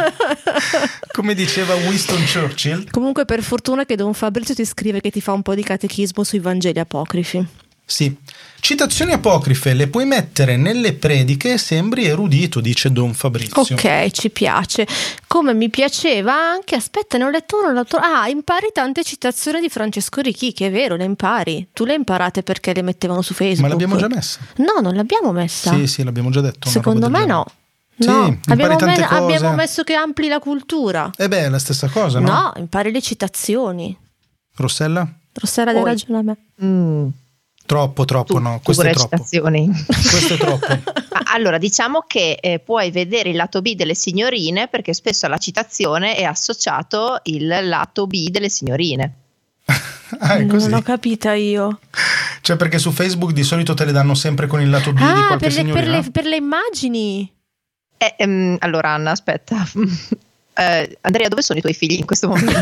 [SPEAKER 3] come diceva Winston Churchill,
[SPEAKER 2] Comunque per fortuna che Don Fabrizio ti scrive che ti fa un po' di catechismo sui Vangeli apocrifi.
[SPEAKER 3] sì, citazioni apocrife le puoi mettere nelle prediche e sembri erudito, dice Don Fabrizio.
[SPEAKER 2] Ok, ci piace. Come mi piaceva anche, aspetta, ne ho letto uno l'altro. Ah, impari tante citazioni di Francesco Ricchi, che è vero, le impari. Tu le hai imparate perché le mettevano su Facebook.
[SPEAKER 3] Ma l'abbiamo già messa?
[SPEAKER 2] No, non l'abbiamo messa.
[SPEAKER 3] Sì, sì, l'abbiamo già detto. una
[SPEAKER 2] Secondo
[SPEAKER 3] roba
[SPEAKER 2] me
[SPEAKER 3] del
[SPEAKER 2] no.
[SPEAKER 3] Sì,
[SPEAKER 2] No.
[SPEAKER 3] impari
[SPEAKER 2] abbiamo,
[SPEAKER 3] tante cose.
[SPEAKER 2] abbiamo messo che ampli la cultura.
[SPEAKER 3] genere. Eh beh, è la stessa cosa, no?
[SPEAKER 2] No, impari le citazioni.
[SPEAKER 3] Rossella?
[SPEAKER 2] Rossella dai
[SPEAKER 4] Poi-
[SPEAKER 2] ragione a me.
[SPEAKER 4] Mm,
[SPEAKER 3] Troppo, troppo,
[SPEAKER 4] tu-
[SPEAKER 3] Oh, no,
[SPEAKER 4] tu
[SPEAKER 3] questo
[SPEAKER 4] con
[SPEAKER 3] è
[SPEAKER 4] le
[SPEAKER 3] troppo.
[SPEAKER 4] citazioni.
[SPEAKER 3] Questo è troppo.
[SPEAKER 4] Ma Allora, diciamo che eh, puoi vedere il lato B delle signorine perché spesso alla citazione è associato il lato B delle signorine.
[SPEAKER 3] Ah, è così.
[SPEAKER 2] Non l'ho capita io.
[SPEAKER 3] Cioè, perché su Facebook di solito te le danno sempre con il lato B di
[SPEAKER 2] Ah,
[SPEAKER 3] qualche
[SPEAKER 2] per le, per
[SPEAKER 3] signorina.
[SPEAKER 2] le- per le immagini.
[SPEAKER 4] Eh, ehm, allora, Anna, aspetta. Eh, Andrea, dove sono i tuoi figli in questo momento?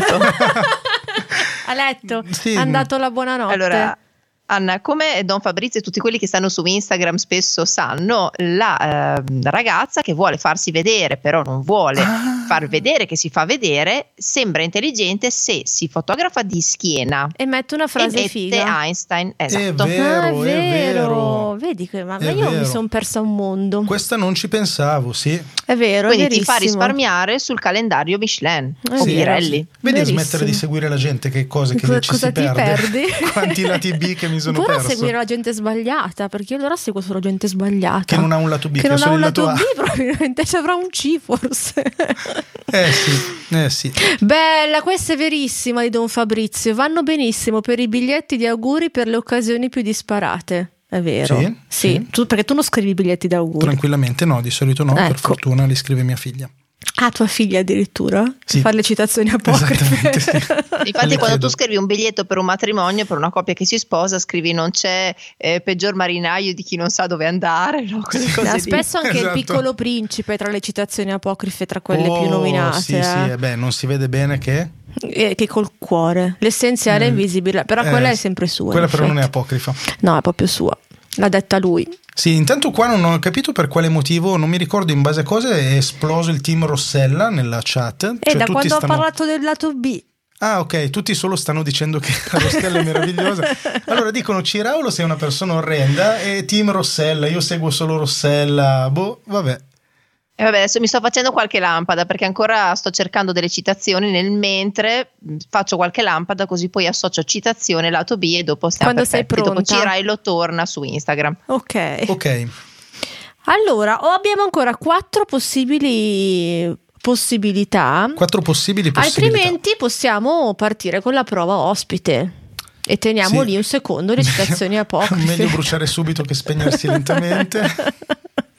[SPEAKER 2] ha letto,
[SPEAKER 3] Sì.
[SPEAKER 2] ha andato la buonanotte.
[SPEAKER 4] allora, Anna, come Don Fabrizio e tutti quelli che stanno su Instagram spesso sanno, la ehm, ragazza che vuole farsi vedere, però non vuole
[SPEAKER 2] Ah.
[SPEAKER 4] far vedere che si fa vedere, sembra intelligente se si fotografa di schiena.
[SPEAKER 2] E mette una frase
[SPEAKER 4] e mette
[SPEAKER 2] figa.
[SPEAKER 4] Einstein, esatto.
[SPEAKER 2] Ah,
[SPEAKER 3] vero,
[SPEAKER 2] è
[SPEAKER 3] è vero.
[SPEAKER 2] vero. Vedi che ma, ma
[SPEAKER 3] È
[SPEAKER 2] io
[SPEAKER 3] vero.
[SPEAKER 2] mi sono persa un mondo.
[SPEAKER 3] Questa non ci pensavo, sì.
[SPEAKER 2] È vero,
[SPEAKER 4] Quindi
[SPEAKER 2] è
[SPEAKER 4] ti fa
[SPEAKER 2] verissimo.
[SPEAKER 4] risparmiare sul calendario Michelin
[SPEAKER 2] È
[SPEAKER 4] o
[SPEAKER 2] vero.
[SPEAKER 4] Pirelli.
[SPEAKER 3] Vedi a
[SPEAKER 2] Verissimo.
[SPEAKER 3] smettere di seguire la gente, che cose che
[SPEAKER 2] Co-
[SPEAKER 3] ci
[SPEAKER 2] cosa
[SPEAKER 3] si
[SPEAKER 2] ti
[SPEAKER 3] perde.
[SPEAKER 2] perdi?
[SPEAKER 3] Quanti lati B che mi sono
[SPEAKER 2] Vorrà
[SPEAKER 3] perso.
[SPEAKER 2] seguire la gente sbagliata, perché io allora seguo solo gente sbagliata.
[SPEAKER 3] Che non ha un lato B,
[SPEAKER 2] Che
[SPEAKER 3] che ha
[SPEAKER 2] non ha
[SPEAKER 3] solo
[SPEAKER 2] un
[SPEAKER 3] il lato A.
[SPEAKER 2] lato B, probabilmente ci avrà un C forse.
[SPEAKER 3] Eh sì, eh sì.
[SPEAKER 2] Bella, questa è verissima di Don Fabrizio. Vanno benissimo per i biglietti di auguri per le occasioni più disparate. È vero.
[SPEAKER 3] Sì, sì.
[SPEAKER 2] Tu- perché tu non scrivi i biglietti d'auguri.
[SPEAKER 3] Tranquillamente no, di solito no, per
[SPEAKER 2] Ecco.
[SPEAKER 3] fortuna li scrive mia figlia.
[SPEAKER 2] A Ah, tua figlia addirittura?
[SPEAKER 3] Sì.
[SPEAKER 2] Fa le citazioni apocrife.
[SPEAKER 3] Esattamente, sì.
[SPEAKER 4] Infatti,
[SPEAKER 3] Le
[SPEAKER 4] quando
[SPEAKER 3] chiedo.
[SPEAKER 4] tu scrivi un biglietto per un matrimonio, per una coppia che si sposa, scrivi non c'è eh, peggior marinaio di chi non sa dove andare, no? Quelle cose
[SPEAKER 2] No,
[SPEAKER 4] lì.
[SPEAKER 2] spesso anche
[SPEAKER 3] Esatto.
[SPEAKER 2] il piccolo principe tra le citazioni apocrife tra quelle
[SPEAKER 3] Oh,
[SPEAKER 2] più nominate.
[SPEAKER 3] Sì, sì,
[SPEAKER 2] eh.
[SPEAKER 3] eh beh, non si vede bene che...
[SPEAKER 2] Eh, che col cuore. L'essenziale è invisibile, però
[SPEAKER 3] Eh,
[SPEAKER 2] quella è sempre sua.
[SPEAKER 3] Quella
[SPEAKER 2] in
[SPEAKER 3] però non è
[SPEAKER 2] effetti.
[SPEAKER 3] apocrifa. Cioè,
[SPEAKER 2] No, è proprio sua. L'ha detta lui.
[SPEAKER 3] Sì, intanto qua non ho capito per quale motivo, non mi ricordo in base a cosa, è esploso il team Rossella nella chat.
[SPEAKER 2] E
[SPEAKER 3] Cioè,
[SPEAKER 2] Eh, da
[SPEAKER 3] tutti
[SPEAKER 2] quando
[SPEAKER 3] stanno-
[SPEAKER 2] ha parlato del lato B,
[SPEAKER 3] Ah, ok, tutti solo stanno dicendo che la Rossella è meravigliosa. Allora dicono Ciraulo sei una persona orrenda e team Rossella, io seguo solo Rossella. Boh, vabbè.
[SPEAKER 4] E vabbè, adesso mi sto facendo qualche lampada perché ancora sto cercando delle citazioni nel mentre mh, faccio qualche lampada così poi associo citazione lato B e dopo stiamo
[SPEAKER 2] Quando sei
[SPEAKER 4] perfetti. Dopo
[SPEAKER 2] pronta.
[SPEAKER 4] Cirai lo torna su Instagram.
[SPEAKER 2] ok.
[SPEAKER 3] Ok,
[SPEAKER 2] Allora, o abbiamo ancora quattro possibili possibilità,
[SPEAKER 3] quattro possibili possibilità.
[SPEAKER 2] altrimenti possiamo partire con la prova ospite. E teniamo
[SPEAKER 3] Sì.
[SPEAKER 2] lì un secondo le citazioni apocrife.
[SPEAKER 3] Meglio bruciare subito che spegnersi lentamente.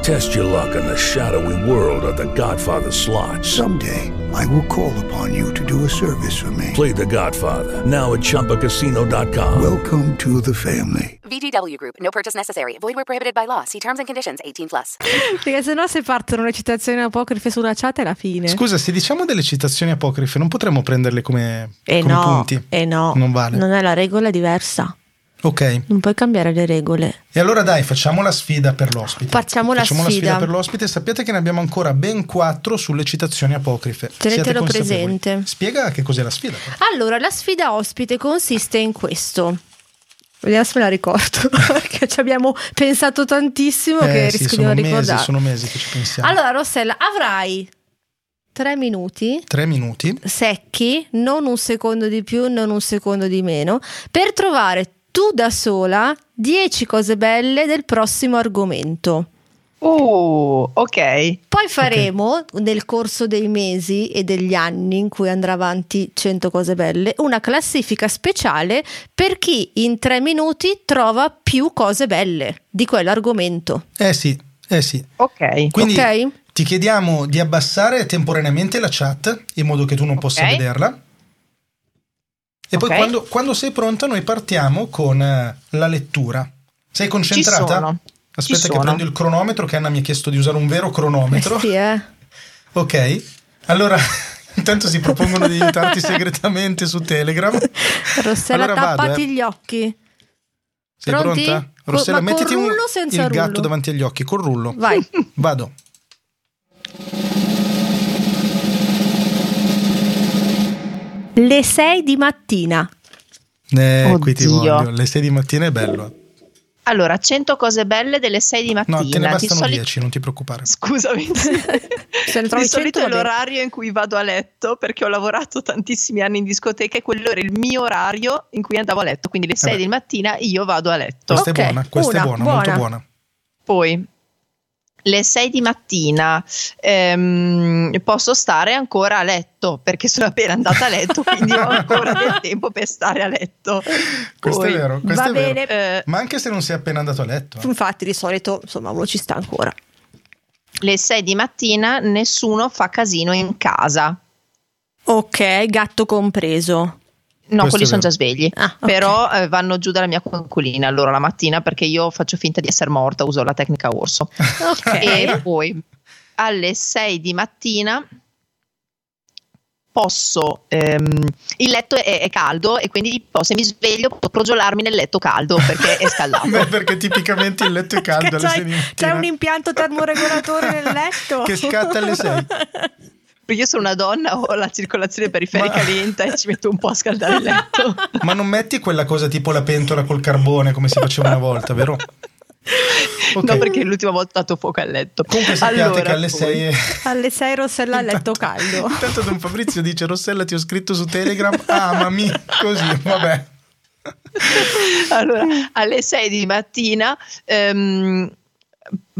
[SPEAKER 5] Test your luck in the shadowy world of The Godfather slot.
[SPEAKER 7] Someday, I will call upon you to do a service for me.
[SPEAKER 5] Play The Godfather now at ChumbaCasino.com.
[SPEAKER 7] Welcome to the family.
[SPEAKER 8] VGW Group. No purchase necessary. Void where prohibited by law. See terms and conditions. 18 plus.
[SPEAKER 2] Perché sennò se partono le citazioni apocrife sulla chat è la fine.
[SPEAKER 3] Scusa, se diciamo delle citazioni apocrife, non potremmo prenderle come,
[SPEAKER 2] e
[SPEAKER 3] come
[SPEAKER 2] no,
[SPEAKER 3] punti.
[SPEAKER 2] eh no,
[SPEAKER 3] Non vale.
[SPEAKER 2] è la regola è diversa.
[SPEAKER 3] Ok.
[SPEAKER 2] Non puoi cambiare le regole.
[SPEAKER 3] E allora dai, facciamo la sfida per l'ospite.
[SPEAKER 2] Facciamo la sfida.
[SPEAKER 3] per l'ospite. Sappiate che ne abbiamo ancora ben quattro sulle citazioni apocrife. Siate
[SPEAKER 2] Tenetelo
[SPEAKER 3] consapevoli.
[SPEAKER 2] presente.
[SPEAKER 3] Spiega che cos'è la sfida. però.
[SPEAKER 2] Allora, la sfida ospite consiste in questo. Vediamo se me la ricordo, perché ci abbiamo pensato tantissimo Diciamo che
[SPEAKER 3] Eh, sì,
[SPEAKER 2] rischio di
[SPEAKER 3] sono
[SPEAKER 2] non
[SPEAKER 3] mesi,
[SPEAKER 2] ricordare.
[SPEAKER 3] sono mesi che ci pensiamo.
[SPEAKER 2] Allora, Rossella, avrai tre minuti
[SPEAKER 3] Tre minuti.
[SPEAKER 2] secchi, non un secondo di più, non un secondo di meno, per trovare tu da sola 10 cose belle del prossimo argomento. Oh,
[SPEAKER 4] Uh, ok.
[SPEAKER 2] Poi faremo nel corso dei mesi e degli anni in cui andrà avanti 100 cose belle una classifica speciale per chi in tre minuti trova più cose belle di quell'argomento.
[SPEAKER 3] Eh sì, eh sì.
[SPEAKER 4] Ok.
[SPEAKER 3] Quindi
[SPEAKER 2] Ok.
[SPEAKER 3] ti chiediamo di abbassare temporaneamente la chat in modo che tu non possa
[SPEAKER 4] Ok.
[SPEAKER 3] vederla. E poi
[SPEAKER 4] Ok.
[SPEAKER 3] quando, quando sei pronta noi partiamo con eh, la lettura. Sei concentrata?
[SPEAKER 4] sono. Ci
[SPEAKER 3] Aspetta che
[SPEAKER 4] sono.
[SPEAKER 3] prendo il cronometro che Anna mi ha chiesto di usare un vero
[SPEAKER 2] Eh
[SPEAKER 3] cronometro.
[SPEAKER 2] sì, eh.
[SPEAKER 3] Ok. Allora, intanto si propongono di aiutarti segretamente su Telegram.
[SPEAKER 2] Rossella,
[SPEAKER 3] Allora vado,
[SPEAKER 2] tappati
[SPEAKER 3] eh.
[SPEAKER 2] gli occhi.
[SPEAKER 3] Sei
[SPEAKER 2] Pronti?
[SPEAKER 3] pronta?
[SPEAKER 2] Co-
[SPEAKER 3] Rossella,
[SPEAKER 2] ma col
[SPEAKER 3] mettiti un,
[SPEAKER 2] rullo o senza
[SPEAKER 3] il gatto
[SPEAKER 2] rullo?
[SPEAKER 3] davanti agli occhi, col rullo.
[SPEAKER 2] Vai.
[SPEAKER 3] Vado.
[SPEAKER 2] Le 6 di mattina.
[SPEAKER 3] Eh, qui ti
[SPEAKER 4] Oddio.
[SPEAKER 3] voglio. Le 6 di mattina è bello.
[SPEAKER 4] Allora, 100 cose belle delle 6 di mattina.
[SPEAKER 3] No, te ne
[SPEAKER 4] Di
[SPEAKER 3] bastano
[SPEAKER 4] soli-
[SPEAKER 3] 10, non ti preoccupare.
[SPEAKER 4] Scusami.
[SPEAKER 2] Se ne trovi
[SPEAKER 4] di
[SPEAKER 2] 100
[SPEAKER 4] solito è
[SPEAKER 2] va bene.
[SPEAKER 4] l'orario in cui vado a letto perché ho lavorato tantissimi anni in discoteca e quello era il mio orario in cui andavo a letto. Quindi le 6
[SPEAKER 2] Eh
[SPEAKER 3] Vabbè.
[SPEAKER 4] di mattina io vado a letto.
[SPEAKER 3] Questa è
[SPEAKER 2] Ok,
[SPEAKER 3] buona, questa è
[SPEAKER 2] una,
[SPEAKER 3] buona, molto
[SPEAKER 2] buona.
[SPEAKER 3] buona.
[SPEAKER 4] Poi le 6 di mattina ehm, posso stare ancora a letto perché sono appena andata a letto, quindi ho ancora del tempo per stare a letto.
[SPEAKER 3] Questo
[SPEAKER 4] Poi,
[SPEAKER 3] è vero, questo
[SPEAKER 2] Va
[SPEAKER 3] è vero.
[SPEAKER 2] bene.
[SPEAKER 4] eh,
[SPEAKER 3] Ma anche se non sei appena andato a letto. eh.
[SPEAKER 2] Infatti, di solito, insomma, uno ci sta ancora.
[SPEAKER 4] le 6 di mattina nessuno fa casino in casa.
[SPEAKER 2] Ok, gatto compreso.
[SPEAKER 4] No,
[SPEAKER 3] Questo
[SPEAKER 4] quelli
[SPEAKER 3] è
[SPEAKER 4] sono
[SPEAKER 3] vero.
[SPEAKER 4] già svegli,
[SPEAKER 2] Ah, ok.
[SPEAKER 4] però eh, vanno giù dalla mia conculina allora la mattina perché io faccio finta di essere morta, uso la tecnica orso.
[SPEAKER 2] Ok.
[SPEAKER 3] Eh.
[SPEAKER 4] E poi alle 6 di mattina posso, ehm, il letto è, è caldo e quindi posso, se mi sveglio posso crogiolarmi nel letto caldo perché è scaldato.
[SPEAKER 3] Beh, perché tipicamente il letto è caldo. alle
[SPEAKER 2] Perché c'hai-
[SPEAKER 3] sei di
[SPEAKER 2] c'è
[SPEAKER 3] mattina.
[SPEAKER 2] un impianto termoregolatore nel letto.
[SPEAKER 3] che scatta alle 6.
[SPEAKER 4] Perché io sono una donna, ho la circolazione periferica
[SPEAKER 3] Ma-
[SPEAKER 4] lenta e ci metto un po' a scaldare il letto.
[SPEAKER 3] Ma non metti quella cosa tipo la pentola col carbone come si faceva una volta, vero? Ok.
[SPEAKER 4] No, perché l'ultima volta ho dato fuoco al letto.
[SPEAKER 3] Comunque sappiate
[SPEAKER 4] Allora,
[SPEAKER 3] che alle
[SPEAKER 4] poi-
[SPEAKER 3] 6 è...
[SPEAKER 2] Alle 6 Rossella al letto caldo.
[SPEAKER 3] Intanto Don Fabrizio dice Rossella ti ho scritto su Telegram, amami, così, vabbè.
[SPEAKER 4] Allora, alle 6 di mattina ehm,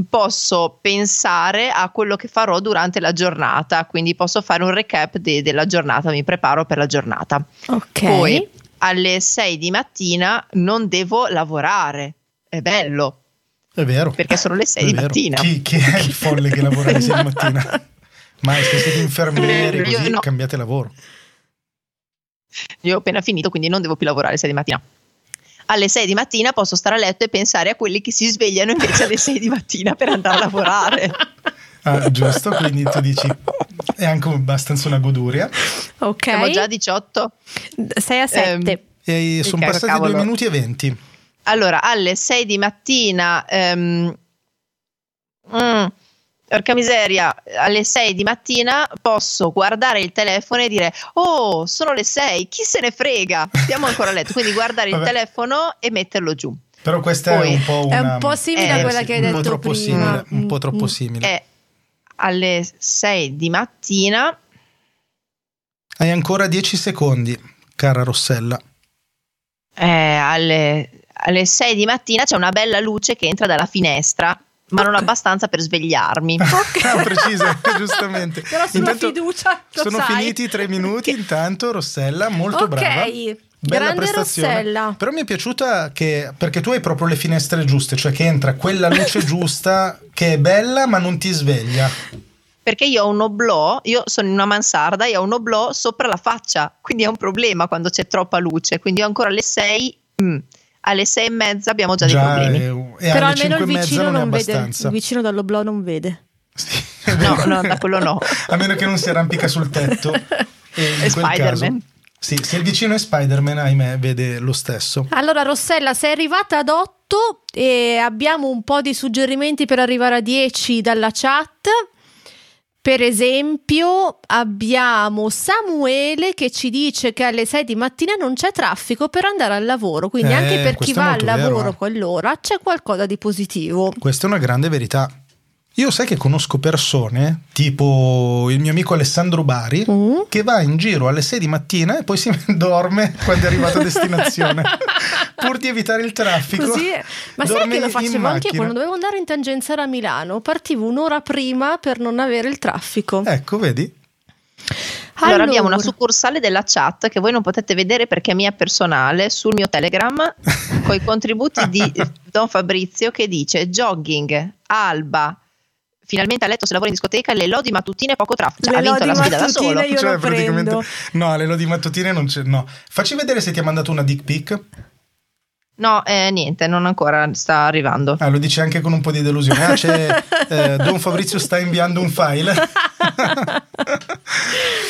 [SPEAKER 4] posso pensare a quello che farò durante la giornata, quindi posso fare un recap de- della giornata, mi preparo per la giornata.
[SPEAKER 2] Ok.
[SPEAKER 4] Poi alle 6 di mattina non devo lavorare, è bello,
[SPEAKER 3] È vero.
[SPEAKER 4] perché sono le 6
[SPEAKER 3] È
[SPEAKER 4] di
[SPEAKER 3] vero.
[SPEAKER 4] mattina.
[SPEAKER 3] Chi, chi è il folle che lavora alle 6 di mattina? Ma se siete infermieri,
[SPEAKER 4] Io
[SPEAKER 3] così
[SPEAKER 4] no.
[SPEAKER 3] cambiate lavoro.
[SPEAKER 4] Io ho appena finito, quindi non devo più lavorare alle 6 di mattina. Alle 6 di mattina posso stare a letto e pensare a quelli che si svegliano invece alle 6 di mattina per andare a lavorare.
[SPEAKER 3] Ah, giusto, quindi tu dici è anche abbastanza una goduria.
[SPEAKER 2] Ok.
[SPEAKER 4] Siamo già a 18.
[SPEAKER 2] 6 a 7.
[SPEAKER 4] Ehm,
[SPEAKER 3] E sono
[SPEAKER 4] Ok,
[SPEAKER 3] passati
[SPEAKER 4] cavolo.
[SPEAKER 3] 2 minuti e 20.
[SPEAKER 4] Allora, alle 6 di mattina, ehm, mm, porca miseria, alle 6 di mattina posso guardare il telefono e dire, oh, sono le 6, chi se ne frega? Stiamo ancora a letto, quindi guardare il
[SPEAKER 3] Vabbè.
[SPEAKER 4] telefono e metterlo giù.
[SPEAKER 3] Però questa
[SPEAKER 4] Poi-
[SPEAKER 3] è un po'
[SPEAKER 2] è
[SPEAKER 3] una...
[SPEAKER 2] un po' simile
[SPEAKER 4] a
[SPEAKER 3] eh,
[SPEAKER 2] quella che hai
[SPEAKER 3] un
[SPEAKER 2] detto
[SPEAKER 3] po troppo
[SPEAKER 2] prima.
[SPEAKER 3] Simile, un po'
[SPEAKER 2] Mm.
[SPEAKER 3] troppo simile.
[SPEAKER 4] E alle 6 di mattina,
[SPEAKER 3] Hai ancora 10 secondi, cara Rossella.
[SPEAKER 4] eh, alle, alle 6 di mattina c'è una bella luce che entra dalla finestra, ma non abbastanza per svegliarmi.
[SPEAKER 3] Ah, precisa, giustamente.
[SPEAKER 2] Però sulla fiducia, lo
[SPEAKER 3] sono
[SPEAKER 2] sai.
[SPEAKER 3] finiti i tre minuti. Intanto, Rossella, molto
[SPEAKER 2] Ok,
[SPEAKER 3] brava. Bella
[SPEAKER 2] grande
[SPEAKER 3] prestazione.
[SPEAKER 2] Rossella.
[SPEAKER 3] Però mi è piaciuta che perché tu hai proprio le finestre giuste, cioè che entra quella luce giusta che è bella ma non ti sveglia.
[SPEAKER 4] perché io ho un oblò, io sono in una mansarda e ho un oblò sopra la faccia, quindi è un problema quando c'è troppa luce, quindi io ancora alle 6, mm, alle 6 e mezza abbiamo già, dei problemi.
[SPEAKER 3] eh, e
[SPEAKER 2] Però
[SPEAKER 3] alle
[SPEAKER 2] almeno
[SPEAKER 3] cinque
[SPEAKER 2] il
[SPEAKER 3] e mezza
[SPEAKER 2] vicino
[SPEAKER 3] non è
[SPEAKER 2] non vede,
[SPEAKER 3] abbastanza.
[SPEAKER 2] il vicino dall'oblò non vede.
[SPEAKER 3] Sì.
[SPEAKER 4] No, no, da quello no.
[SPEAKER 3] A meno che non si arrampica sul tetto. E in
[SPEAKER 4] È
[SPEAKER 3] quel caso,
[SPEAKER 4] Spider-Man.
[SPEAKER 3] sì, se il vicino è Spider-Man, ahimè, vede lo stesso.
[SPEAKER 2] Allora Rossella, sei arrivata ad 8 e abbiamo un po' di suggerimenti per arrivare a 10 dalla chat. Per esempio, abbiamo Samuele che ci dice che alle 6 di mattina non c'è traffico per andare al lavoro, quindi
[SPEAKER 3] Eh,
[SPEAKER 2] anche per chi
[SPEAKER 3] questo è
[SPEAKER 2] va al
[SPEAKER 3] molto vero,
[SPEAKER 2] lavoro
[SPEAKER 3] eh.
[SPEAKER 2] quell'ora c'è qualcosa di positivo.
[SPEAKER 3] Questa è una grande verità. Io sai che conosco persone, tipo il mio amico Alessandro Bari,
[SPEAKER 2] Mm.
[SPEAKER 3] che va in giro alle 6 di mattina e poi si dorme quando è arrivato a destinazione, pur di evitare il traffico.
[SPEAKER 2] Così è. Ma sai
[SPEAKER 3] dorme
[SPEAKER 2] che lo
[SPEAKER 3] in
[SPEAKER 2] facevo anche io
[SPEAKER 3] macchina.
[SPEAKER 2] quando dovevo andare in tangenziale a Milano? Partivo un'ora prima per non avere il traffico.
[SPEAKER 3] Ecco, vedi?
[SPEAKER 4] Allora, abbiamo
[SPEAKER 2] Allora.
[SPEAKER 4] una succursale della chat che voi non potete vedere perché è mia personale sul mio Telegram con i contributi di Don Fabrizio che dice jogging, alba, finalmente a letto se lavoro in discoteca, le lodi mattutine poco traffico. Cioè,
[SPEAKER 2] Le
[SPEAKER 4] ha vinto
[SPEAKER 2] lodi
[SPEAKER 4] la sfida da
[SPEAKER 2] mattutine,
[SPEAKER 4] solo.
[SPEAKER 2] Io lo prendo.
[SPEAKER 3] Cioè, No, le lodi mattutine non c'è. No. Facci vedere se ti ha mandato una dick pic.
[SPEAKER 4] No, eh, niente, non ancora sta arrivando.
[SPEAKER 3] Ah, lo dice anche con un po' di delusione. Ah, c'è eh, Don Fabrizio sta inviando un file.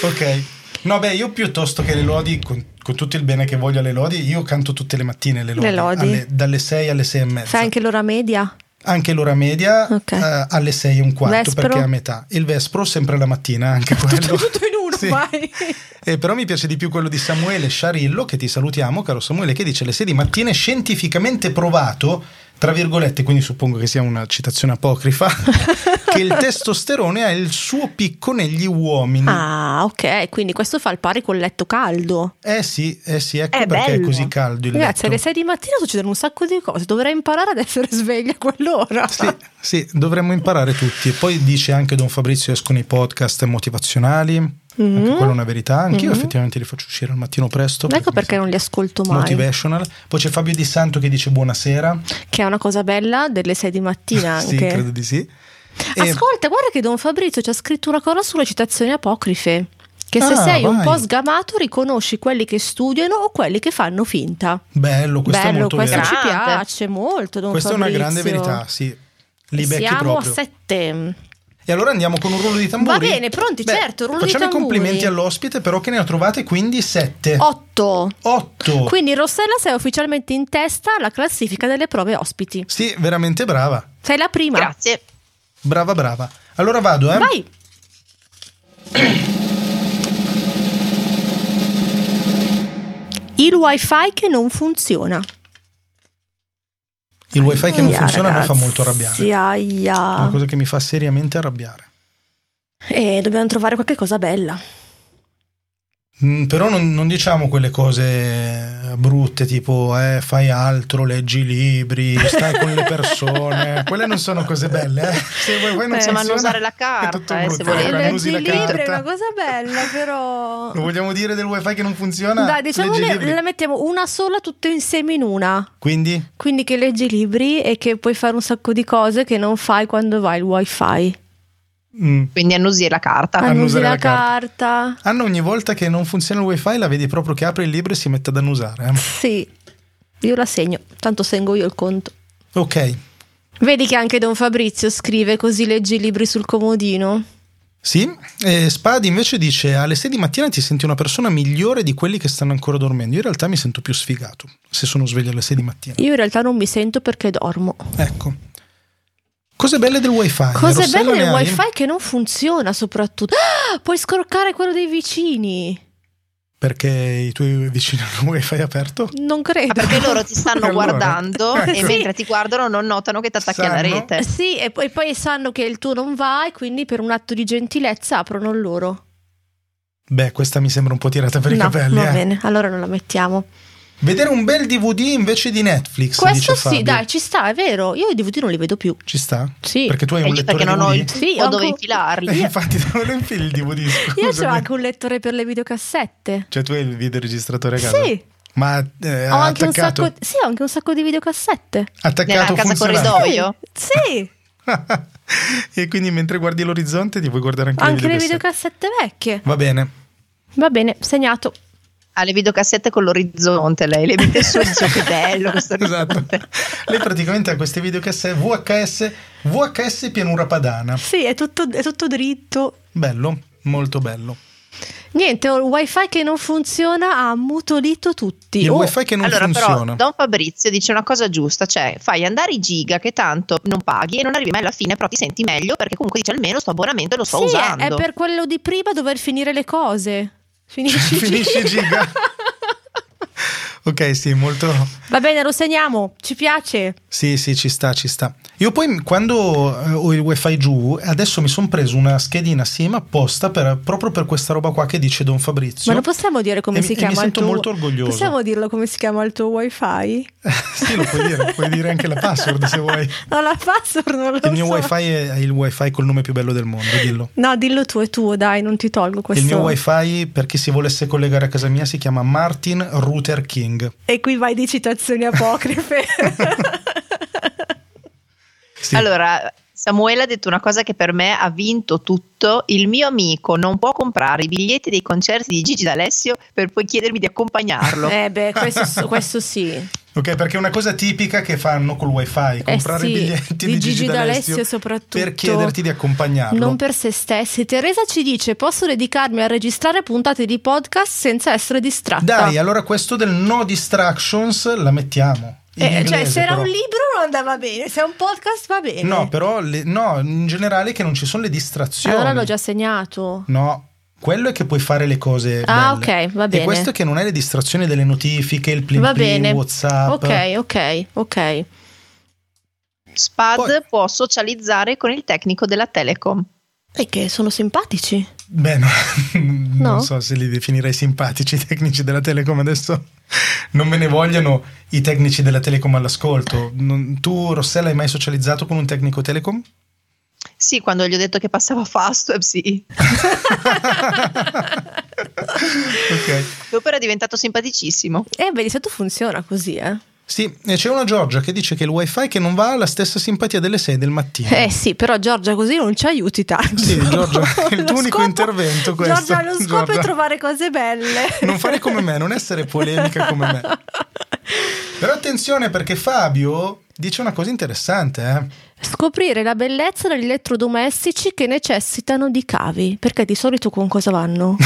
[SPEAKER 3] ok. No, beh, io piuttosto che le lodi, con, con tutto il bene che voglio alle lodi, io canto tutte le mattine le lodi.
[SPEAKER 2] Le lodi.
[SPEAKER 3] alle- dalle 6 alle 6 e mezza.
[SPEAKER 2] Sai anche l'ora media?
[SPEAKER 3] Anche l'ora media
[SPEAKER 2] Ok.
[SPEAKER 3] eh, alle 6 e un quarto,
[SPEAKER 2] Vespro?
[SPEAKER 3] perché è a metà. Il vespro sempre la mattina, anche quello.
[SPEAKER 2] Tutto, tutto in uno,
[SPEAKER 3] Sì.
[SPEAKER 2] vai.
[SPEAKER 3] Eh, però mi piace di più quello di Samuele Sciarillo, che ti salutiamo, caro Samuele, che dice le 6 di mattina è scientificamente provato, tra virgolette, quindi suppongo che sia una citazione apocrifa, che il testosterone ha il suo picco negli uomini.
[SPEAKER 2] Ah, ok, quindi questo fa il pari col letto caldo.
[SPEAKER 3] Eh sì, eh sì, ecco
[SPEAKER 4] È
[SPEAKER 3] perché
[SPEAKER 4] bello.
[SPEAKER 3] è così caldo il
[SPEAKER 2] Ragazzi, alle
[SPEAKER 3] letto.
[SPEAKER 2] 6 di mattina succedono un sacco di cose, dovrei imparare ad essere sveglia a quell'ora.
[SPEAKER 3] Sì, sì, dovremmo imparare tutti. E poi dice anche Don Fabrizio escono i podcast motivazionali, anche quella è una verità. Anch'io effettivamente li faccio uscire al mattino presto.
[SPEAKER 2] Mm-hmm. Ecco perché non li ascolto mai.
[SPEAKER 3] Motivational. Poi c'è Fabio Di Santo che dice buonasera.
[SPEAKER 2] Che è una cosa bella delle 6 di mattina anche.
[SPEAKER 3] Sì, credo di Eh. sì. E-
[SPEAKER 2] Ascolta, guarda che Don Fabrizio ci ha scritto una cosa sulle citazioni apocrife. che se
[SPEAKER 3] Ah,
[SPEAKER 2] sei un
[SPEAKER 3] vai.
[SPEAKER 2] po' sgamato riconosci quelli che studiano o quelli che fanno finta.
[SPEAKER 3] Bello, questo è
[SPEAKER 2] Bello,
[SPEAKER 3] molto
[SPEAKER 2] questo
[SPEAKER 3] vero.
[SPEAKER 2] ci
[SPEAKER 4] Grande.
[SPEAKER 2] piace molto. Don
[SPEAKER 3] Questa è una grande
[SPEAKER 2] Fabrizio.
[SPEAKER 3] verità, sì. Li becchi
[SPEAKER 2] Siamo
[SPEAKER 3] proprio. Eh.
[SPEAKER 2] a sette.
[SPEAKER 3] E allora andiamo con un rullo di tamburi.
[SPEAKER 2] Va bene, pronti,
[SPEAKER 3] Beh,
[SPEAKER 2] certo, rullo di
[SPEAKER 3] Facciamo i
[SPEAKER 2] tamburi.
[SPEAKER 3] complimenti all'ospite, però che ne ha trovate quindi 7.
[SPEAKER 2] 8.
[SPEAKER 3] 8.
[SPEAKER 2] Quindi Rossella sei ufficialmente in testa alla classifica delle prove ospiti.
[SPEAKER 3] Sì, veramente brava.
[SPEAKER 2] Sei la prima.
[SPEAKER 4] Grazie.
[SPEAKER 3] Brava, brava. Allora vado, eh.
[SPEAKER 2] Vai. Il wifi che non funziona.
[SPEAKER 3] Il wifi che non
[SPEAKER 2] Aia,
[SPEAKER 3] funziona mi fa
[SPEAKER 2] ah, ragazzi, ah.
[SPEAKER 3] molto arrabbiare. È
[SPEAKER 2] aia.
[SPEAKER 3] Una cosa che mi fa seriamente arrabbiare.
[SPEAKER 2] Eh, dobbiamo trovare qualche cosa bella.
[SPEAKER 3] Mm, però non, non diciamo quelle cose eh, brutte tipo eh, fai altro, leggi i libri, stai con le persone. Quelle non sono cose belle. Eh. Se vuoi, vuoi non
[SPEAKER 2] Eh,
[SPEAKER 3] funziona,
[SPEAKER 4] insomma, usare la
[SPEAKER 3] è
[SPEAKER 4] carta,
[SPEAKER 3] tutto
[SPEAKER 4] eh, se
[SPEAKER 3] brutto.
[SPEAKER 4] volete.
[SPEAKER 3] Quando usi
[SPEAKER 2] Leggi
[SPEAKER 3] la
[SPEAKER 2] il libro è
[SPEAKER 3] carta.
[SPEAKER 2] una cosa bella, però.
[SPEAKER 3] Lo vogliamo dire del wifi che non funziona?
[SPEAKER 2] Dai, diciamo
[SPEAKER 3] Leggi i
[SPEAKER 2] ne-
[SPEAKER 3] libri.
[SPEAKER 2] la mettiamo una sola, tutto insieme in una.
[SPEAKER 3] Quindi?
[SPEAKER 2] Quindi che leggi i libri e che puoi fare un sacco di cose che non fai quando vai il wifi.
[SPEAKER 3] Mm.
[SPEAKER 4] Quindi annusi la carta.
[SPEAKER 3] Ah,
[SPEAKER 2] Annusi
[SPEAKER 3] annusare
[SPEAKER 2] la,
[SPEAKER 3] la carta.
[SPEAKER 2] carta.
[SPEAKER 3] Anna ogni volta che non funziona il wifi la vedi proprio che apre il libro e si mette ad annusare. eh.
[SPEAKER 2] Sì, io la segno, tanto tengo io il conto.
[SPEAKER 3] Ok,
[SPEAKER 2] Vedi che anche Don Fabrizio scrive così leggi i libri sul comodino.
[SPEAKER 3] sì. E Spadi invece dice alle 6 di mattina ti senti una persona migliore di quelli che stanno ancora dormendo. Io in realtà mi sento più sfigato se sono sveglio alle 6 di mattina.
[SPEAKER 2] Io in realtà non mi sento perché dormo.
[SPEAKER 3] Ecco. Cose belle del wifi.
[SPEAKER 2] Cose
[SPEAKER 3] Rossella,
[SPEAKER 2] belle
[SPEAKER 3] ne
[SPEAKER 2] del
[SPEAKER 3] hai?
[SPEAKER 2] wifi che non funziona soprattutto. Ah, puoi scorcare quello dei vicini.
[SPEAKER 3] Perché i tuoi vicini hanno un wifi aperto?
[SPEAKER 2] Non credo.
[SPEAKER 4] Ah, perché loro ti stanno
[SPEAKER 3] Allora.
[SPEAKER 4] guardando e
[SPEAKER 3] Ecco.
[SPEAKER 4] mentre ti guardano non notano che ti attacchi alla
[SPEAKER 3] Sanno.
[SPEAKER 4] rete.
[SPEAKER 2] Eh, Sì, e poi, poi sanno che il tuo non va e quindi per un atto di gentilezza aprono il loro.
[SPEAKER 3] Beh, questa mi sembra un po' tirata per i
[SPEAKER 2] no,
[SPEAKER 3] capelli.
[SPEAKER 2] va
[SPEAKER 3] eh.
[SPEAKER 2] bene, allora non la mettiamo.
[SPEAKER 3] Vedere un bel DVD invece di Netflix.
[SPEAKER 2] Questo
[SPEAKER 3] dice
[SPEAKER 2] sì,
[SPEAKER 3] Fabio.
[SPEAKER 2] dai, ci sta, è vero. Io i DVD non li vedo più.
[SPEAKER 3] Ci sta?
[SPEAKER 2] Sì.
[SPEAKER 3] Perché tu hai
[SPEAKER 4] E
[SPEAKER 3] un
[SPEAKER 4] io
[SPEAKER 3] lettore
[SPEAKER 4] perché non ho
[SPEAKER 3] DVD?
[SPEAKER 4] il
[SPEAKER 2] Sì,
[SPEAKER 4] o
[SPEAKER 2] ho
[SPEAKER 4] dove
[SPEAKER 2] anche-
[SPEAKER 4] infilarli.
[SPEAKER 3] Eh, infatti dove lo infili il DVD?
[SPEAKER 2] Io
[SPEAKER 3] Scusami.
[SPEAKER 2] c'ho anche un lettore per le videocassette.
[SPEAKER 3] Cioè tu hai il videoregistratore a casa?
[SPEAKER 2] Sì.
[SPEAKER 3] Ma eh,
[SPEAKER 2] Ho anche, un
[SPEAKER 3] attaccato,
[SPEAKER 2] sacco, sì, ho anche un sacco di videocassette.
[SPEAKER 4] Nella
[SPEAKER 3] attaccato
[SPEAKER 4] casa
[SPEAKER 3] funzionante.
[SPEAKER 4] corridoio. Voglio?
[SPEAKER 2] Sì,
[SPEAKER 3] e quindi mentre guardi l'orizzonte ti puoi guardare anche,
[SPEAKER 2] anche le
[SPEAKER 3] videocassette.
[SPEAKER 2] videocassette vecchie.
[SPEAKER 3] Va bene.
[SPEAKER 2] Va bene, segnato.
[SPEAKER 4] Ha le videocassette con l'orizzonte, lei le mette su e dice che bello questo
[SPEAKER 3] Esatto.
[SPEAKER 4] orizzonte.
[SPEAKER 3] Lei praticamente ha queste videocassette VHS, VHS pianura padana.
[SPEAKER 2] Sì, è tutto, è tutto dritto.
[SPEAKER 3] Bello, molto bello.
[SPEAKER 2] Niente, ho il wifi che non funziona ha mutolito tutti.
[SPEAKER 3] Il
[SPEAKER 2] Oh,
[SPEAKER 3] wifi che non
[SPEAKER 4] allora,
[SPEAKER 3] funziona.
[SPEAKER 4] però, Don Fabrizio dice una cosa giusta: cioè, fai andare i giga che tanto non paghi e non arrivi mai alla fine, però ti senti meglio perché comunque dici almeno sto abbonamento lo sto
[SPEAKER 2] sì, è,
[SPEAKER 4] usando.
[SPEAKER 2] è per quello di prima dover finire le cose. Finisci,
[SPEAKER 3] Finisci giga. ok, sì, molto,
[SPEAKER 2] Va bene, lo segniamo. Ci piace.
[SPEAKER 3] Sì, sì, ci sta, ci sta. Io poi quando eh, ho il wifi giù, adesso mi sono preso una schedina SIM apposta per- proprio per questa roba qua che dice Don Fabrizio.
[SPEAKER 2] Ma lo possiamo dire come
[SPEAKER 3] E mi-
[SPEAKER 2] si
[SPEAKER 3] e
[SPEAKER 2] chiama
[SPEAKER 3] Mi sento
[SPEAKER 2] il tuo...
[SPEAKER 3] molto orgoglioso.
[SPEAKER 2] Possiamo dirlo come si chiama il tuo wifi?
[SPEAKER 3] sì, lo puoi dire, puoi dire anche la password se vuoi.
[SPEAKER 2] No, la password non lo so.
[SPEAKER 3] Il mio wifi è, è il wifi col nome più bello del mondo, dillo.
[SPEAKER 2] No, dillo tu, è tuo, dai, non ti tolgo questo.
[SPEAKER 3] Il mio wifi, per chi si volesse collegare a casa mia, si chiama Martin Ruther King.
[SPEAKER 2] E qui vai di citazioni apocrife.
[SPEAKER 3] Sì.
[SPEAKER 4] Allora, Samuele ha detto una cosa che per me ha vinto tutto. Il mio amico non può comprare i biglietti dei concerti di Gigi D'Alessio per poi chiedermi di accompagnarlo.
[SPEAKER 2] eh beh, questo, questo sì.
[SPEAKER 3] Ok, perché è una cosa tipica che fanno col wifi, comprare
[SPEAKER 2] Eh sì,
[SPEAKER 3] i biglietti
[SPEAKER 2] di
[SPEAKER 3] di, Gigi,
[SPEAKER 2] Gigi D'Alessio
[SPEAKER 3] Per
[SPEAKER 2] soprattutto.
[SPEAKER 3] chiederti di accompagnarlo.
[SPEAKER 2] Non per se stessi. Teresa ci dice: Posso dedicarmi a registrare puntate di podcast senza essere distratta.
[SPEAKER 3] Dai, allora questo del no distractions la mettiamo. In
[SPEAKER 2] Eh, cioè,
[SPEAKER 3] inglese,
[SPEAKER 2] se era
[SPEAKER 3] però.
[SPEAKER 2] un libro non andava bene, se è un podcast va bene.
[SPEAKER 3] No, però le- no, in generale che non ci sono le distrazioni.
[SPEAKER 2] Allora l'ho già segnato.
[SPEAKER 3] No, quello è che puoi fare le cose
[SPEAKER 2] Ah,
[SPEAKER 3] belle.
[SPEAKER 2] ok, va bene.
[SPEAKER 3] E questo è che non hai le distrazioni delle notifiche, il plin
[SPEAKER 2] va
[SPEAKER 3] plin,
[SPEAKER 2] bene.
[SPEAKER 3] WhatsApp.
[SPEAKER 2] Ok, ok, ok.
[SPEAKER 4] Spad
[SPEAKER 3] Poi-
[SPEAKER 4] può socializzare con il tecnico della Telecom.
[SPEAKER 2] E che sono simpatici.
[SPEAKER 3] Beh, no, non
[SPEAKER 2] No?
[SPEAKER 3] so se li definirei simpatici i tecnici della Telecom adesso. Non me ne vogliono i tecnici della Telecom all'ascolto. Non- tu, Rossella, hai mai socializzato con un tecnico Telecom?
[SPEAKER 4] Sì, quando gli ho detto che passava Fastweb, sì.
[SPEAKER 3] Ok.
[SPEAKER 4] Dopo era diventato simpaticissimo.
[SPEAKER 2] Eh, beh, di solito funziona così, eh.
[SPEAKER 3] Sì, e c'è una Giorgia che dice che il wifi che non va ha la stessa simpatia delle 6 del mattino.
[SPEAKER 2] Eh sì, però Giorgia così non ci aiuti tanto.
[SPEAKER 3] Sì, Giorgia, è il
[SPEAKER 2] Lo
[SPEAKER 3] tuo unico
[SPEAKER 2] scopo-
[SPEAKER 3] intervento questo.
[SPEAKER 2] Giorgia, lo scopo
[SPEAKER 3] Giorgia.
[SPEAKER 2] è trovare cose belle.
[SPEAKER 3] Non fare come me, non essere polemica come me. Però attenzione perché Fabio dice una cosa interessante, eh.
[SPEAKER 2] Scoprire la bellezza degli elettrodomestici che necessitano di cavi. Perché di solito con cosa vanno?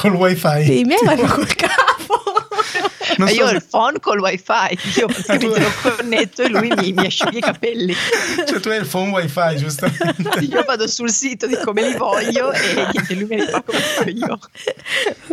[SPEAKER 3] Col wifi.
[SPEAKER 2] I miei vanno col cavo.
[SPEAKER 3] Non
[SPEAKER 4] Eh,
[SPEAKER 3] so
[SPEAKER 4] Io ho
[SPEAKER 3] se-
[SPEAKER 4] il phone col wifi, io praticamente lo connetto e lui mi, mi asciuga i capelli.
[SPEAKER 3] Cioè tu hai il phone wifi, giustamente.
[SPEAKER 4] Io vado sul sito di come li voglio e niente, lui me li fa come voglio io.